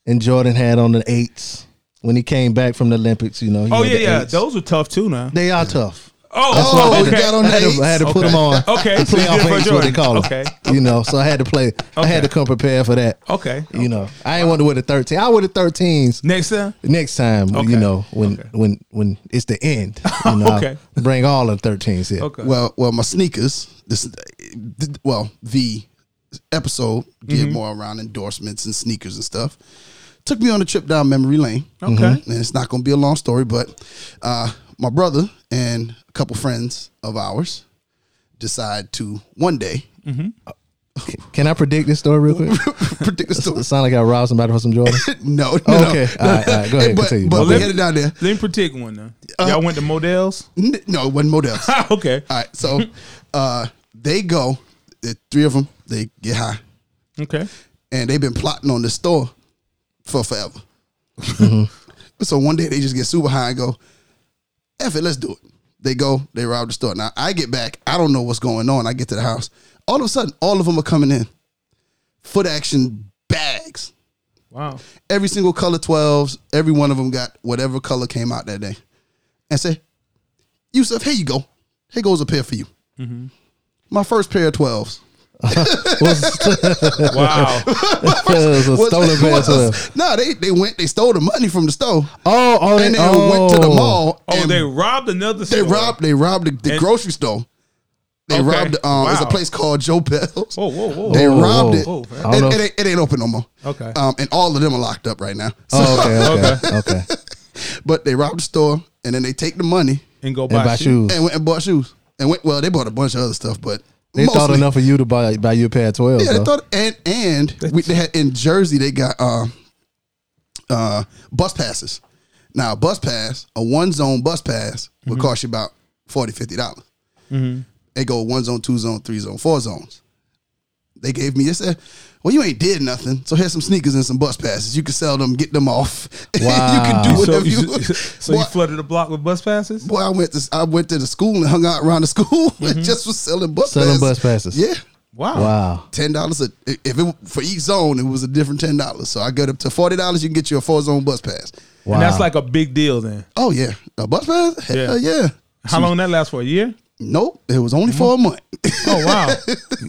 and Jordan had on the eights when he came back from the Olympics. You know, he oh, had yeah, the yeah. eights. Those were tough too now. they are tough. oh, Oh, okay. you got on I had the to, I had to eights? put them on. Okay, The so you did it for playoff eights, what they Jordan. call them. Okay. You know, so I had to play. I had Okay. to come prepared for that. Okay. You know, I ain't want to wear the 13. I wear the 13s Next uh, time. next time. Okay. You know, when Okay. when when it's the end. You know, I'll Okay. bring all the 13s here. Okay. Well, well, my sneakers. This, th- well, the episode did more around endorsements and sneakers and stuff. Took me on a trip down memory lane. Okay. Mm-hmm. and it's not going to be a long story, but uh, my brother and a couple friends of ours decide to one day Can I predict this story real quick? predict the story. It sound like I robbed somebody for some Jordan. No, no, Okay, no. all right, all right, go ahead, But, continue. but My we bad. headed down there. Let me predict one now. Uh, Y'all went to Modell's? N- No, it wasn't Modell's. All okay. right, so uh, they go. The three of them they get high, Okay. and they've been plotting on this store for forever. so one day they just get super high and go, F it, let's do it. They go, they rob the store. Now I get back, I don't know what's going on. I get to the house. All of a sudden, all of them are coming in. Foot action bags. Wow. Every single color 12s, every one of them got whatever color came out that day. And say, Yusuf, here you go. Here goes a pair for you. Mm-hmm. My first pair of 12s. Wow. It was a was- stolen pair of was- 12. No, they, they went, they stole the money from the store. Oh, oh, they and then oh. went to the mall. Oh, and they robbed another They store. robbed. They robbed the, the And- grocery store. They Okay. robbed. Um, It's a Wow. Oh. place called Joe Bell's. Whoa, whoa, whoa. They whoa. robbed it. whoa. I don't It, know. it ain't, it ain't open no more. Okay. Um, and all of them are locked up right now. So, Oh, okay, okay, okay. but they robbed the store and then they take the money and go And buy, buy shoes. and went and bought shoes. And went, well, they bought a bunch of other stuff, but They mostly, thought enough of you to buy buy you a pair of twelve. Yeah, they thought and and we, they had in Jersey they got uh, uh, bus passes. Now a bus pass, a one zone bus pass would cost you about 40 dollars. They go one zone, two zone, three zone, four zones. They gave me. They said, "Well, you ain't did nothing. So here's some sneakers and some bus passes. You can sell them, get them off. you can Wow. do So, whatever you, you." so boy, you flooded the block with bus passes? boy, I went to I went to the school and hung out around the school and just was selling bus Mm-hmm. Selling passes. bus passes. Yeah Wow. Wow. ten dollars a if it for each zone it was a different ten dollars. So I got up to forty dollars. You can get you a four zone bus pass. Wow. And that's like a big deal then. Oh yeah, a bus pass? Hell yeah. How long that last for? A year? Nope, it was Mm-hmm. only for a month. Oh, wow.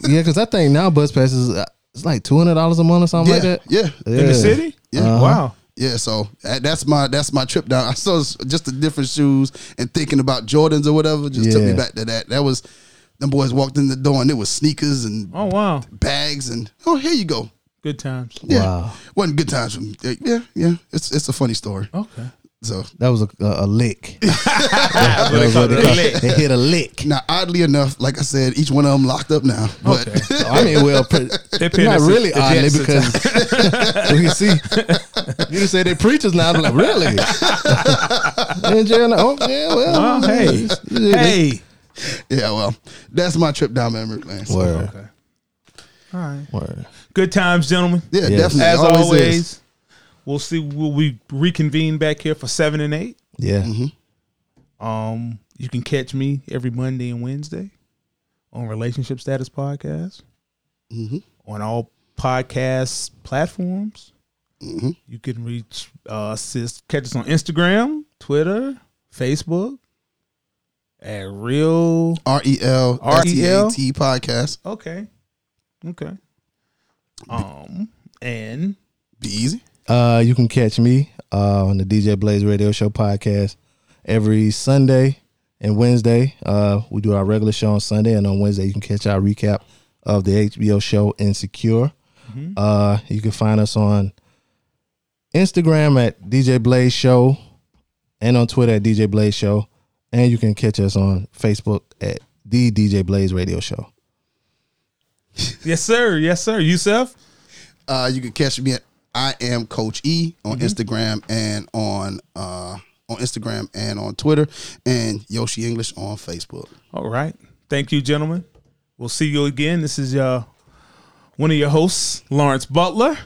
yeah, because I think now bus passes uh, it's like two hundred dollars a month or something yeah, like that. yeah, yeah. In Yeah. Uh-huh. the city? Yeah. Wow. So that- that's my that's my trip down. I saw s- just the different shoes and thinking about Jordans or whatever just took me Yeah. back to that. That was them boys walked in the door and it was sneakers and Oh, wow. bags and oh here you go. Good times. Yeah, Wow. wasn't good times. For me. Yeah, yeah. It's it's a funny story. Oh. Okay. So That was a, a, a lick. That's what they call it, a lick. It hit a lick. Now, oddly enough, like I said, each one of them locked up now. But So, I mean, well, pre- paying not us really a- a oddly jet because you see, you just say they preachers now. I'm like, really? They in jail now? Oh, yeah, well, Oh, hey. Hey. yeah, well, that's my trip down memory lane. So, Word, Okay. All right. word. Good times, gentlemen. yeah, Yes. definitely. As Always always, is. we'll see. Will we reconvene back here for seven and eight? Yeah, Um, you can catch me every Monday and Wednesday on Relationship Status Podcast Mm-hmm. on all podcast platforms. Mm-hmm. You can reach uh, assist, catch us on Instagram, Twitter, Facebook at Real. R E L R R E E L? L T podcast. Okay, okay. Um, and Be easy. Uh, you can catch me uh, on the DJ Blaze Radio Show podcast every Sunday and Wednesday. Uh, we do our regular show on Sunday, and on Wednesday you can catch our recap of the HBO show Insecure. Uh, you can find us on Instagram at DJ Blaze Show and on Twitter at DJ Blaze Show, and you can catch us on Facebook at the DJ Blaze Radio Show. yes, sir. Yes, sir. Yourself. Uh, you can catch me at I am Coach E on Mm-hmm. Instagram and on uh, on Instagram and on Twitter and Yoshi English on Facebook. All right. Thank you, gentlemen. We'll see you again. This is uh, one of your hosts, Lawrence Butler.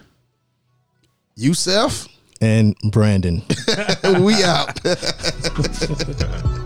Yousef. and Brandon. we out.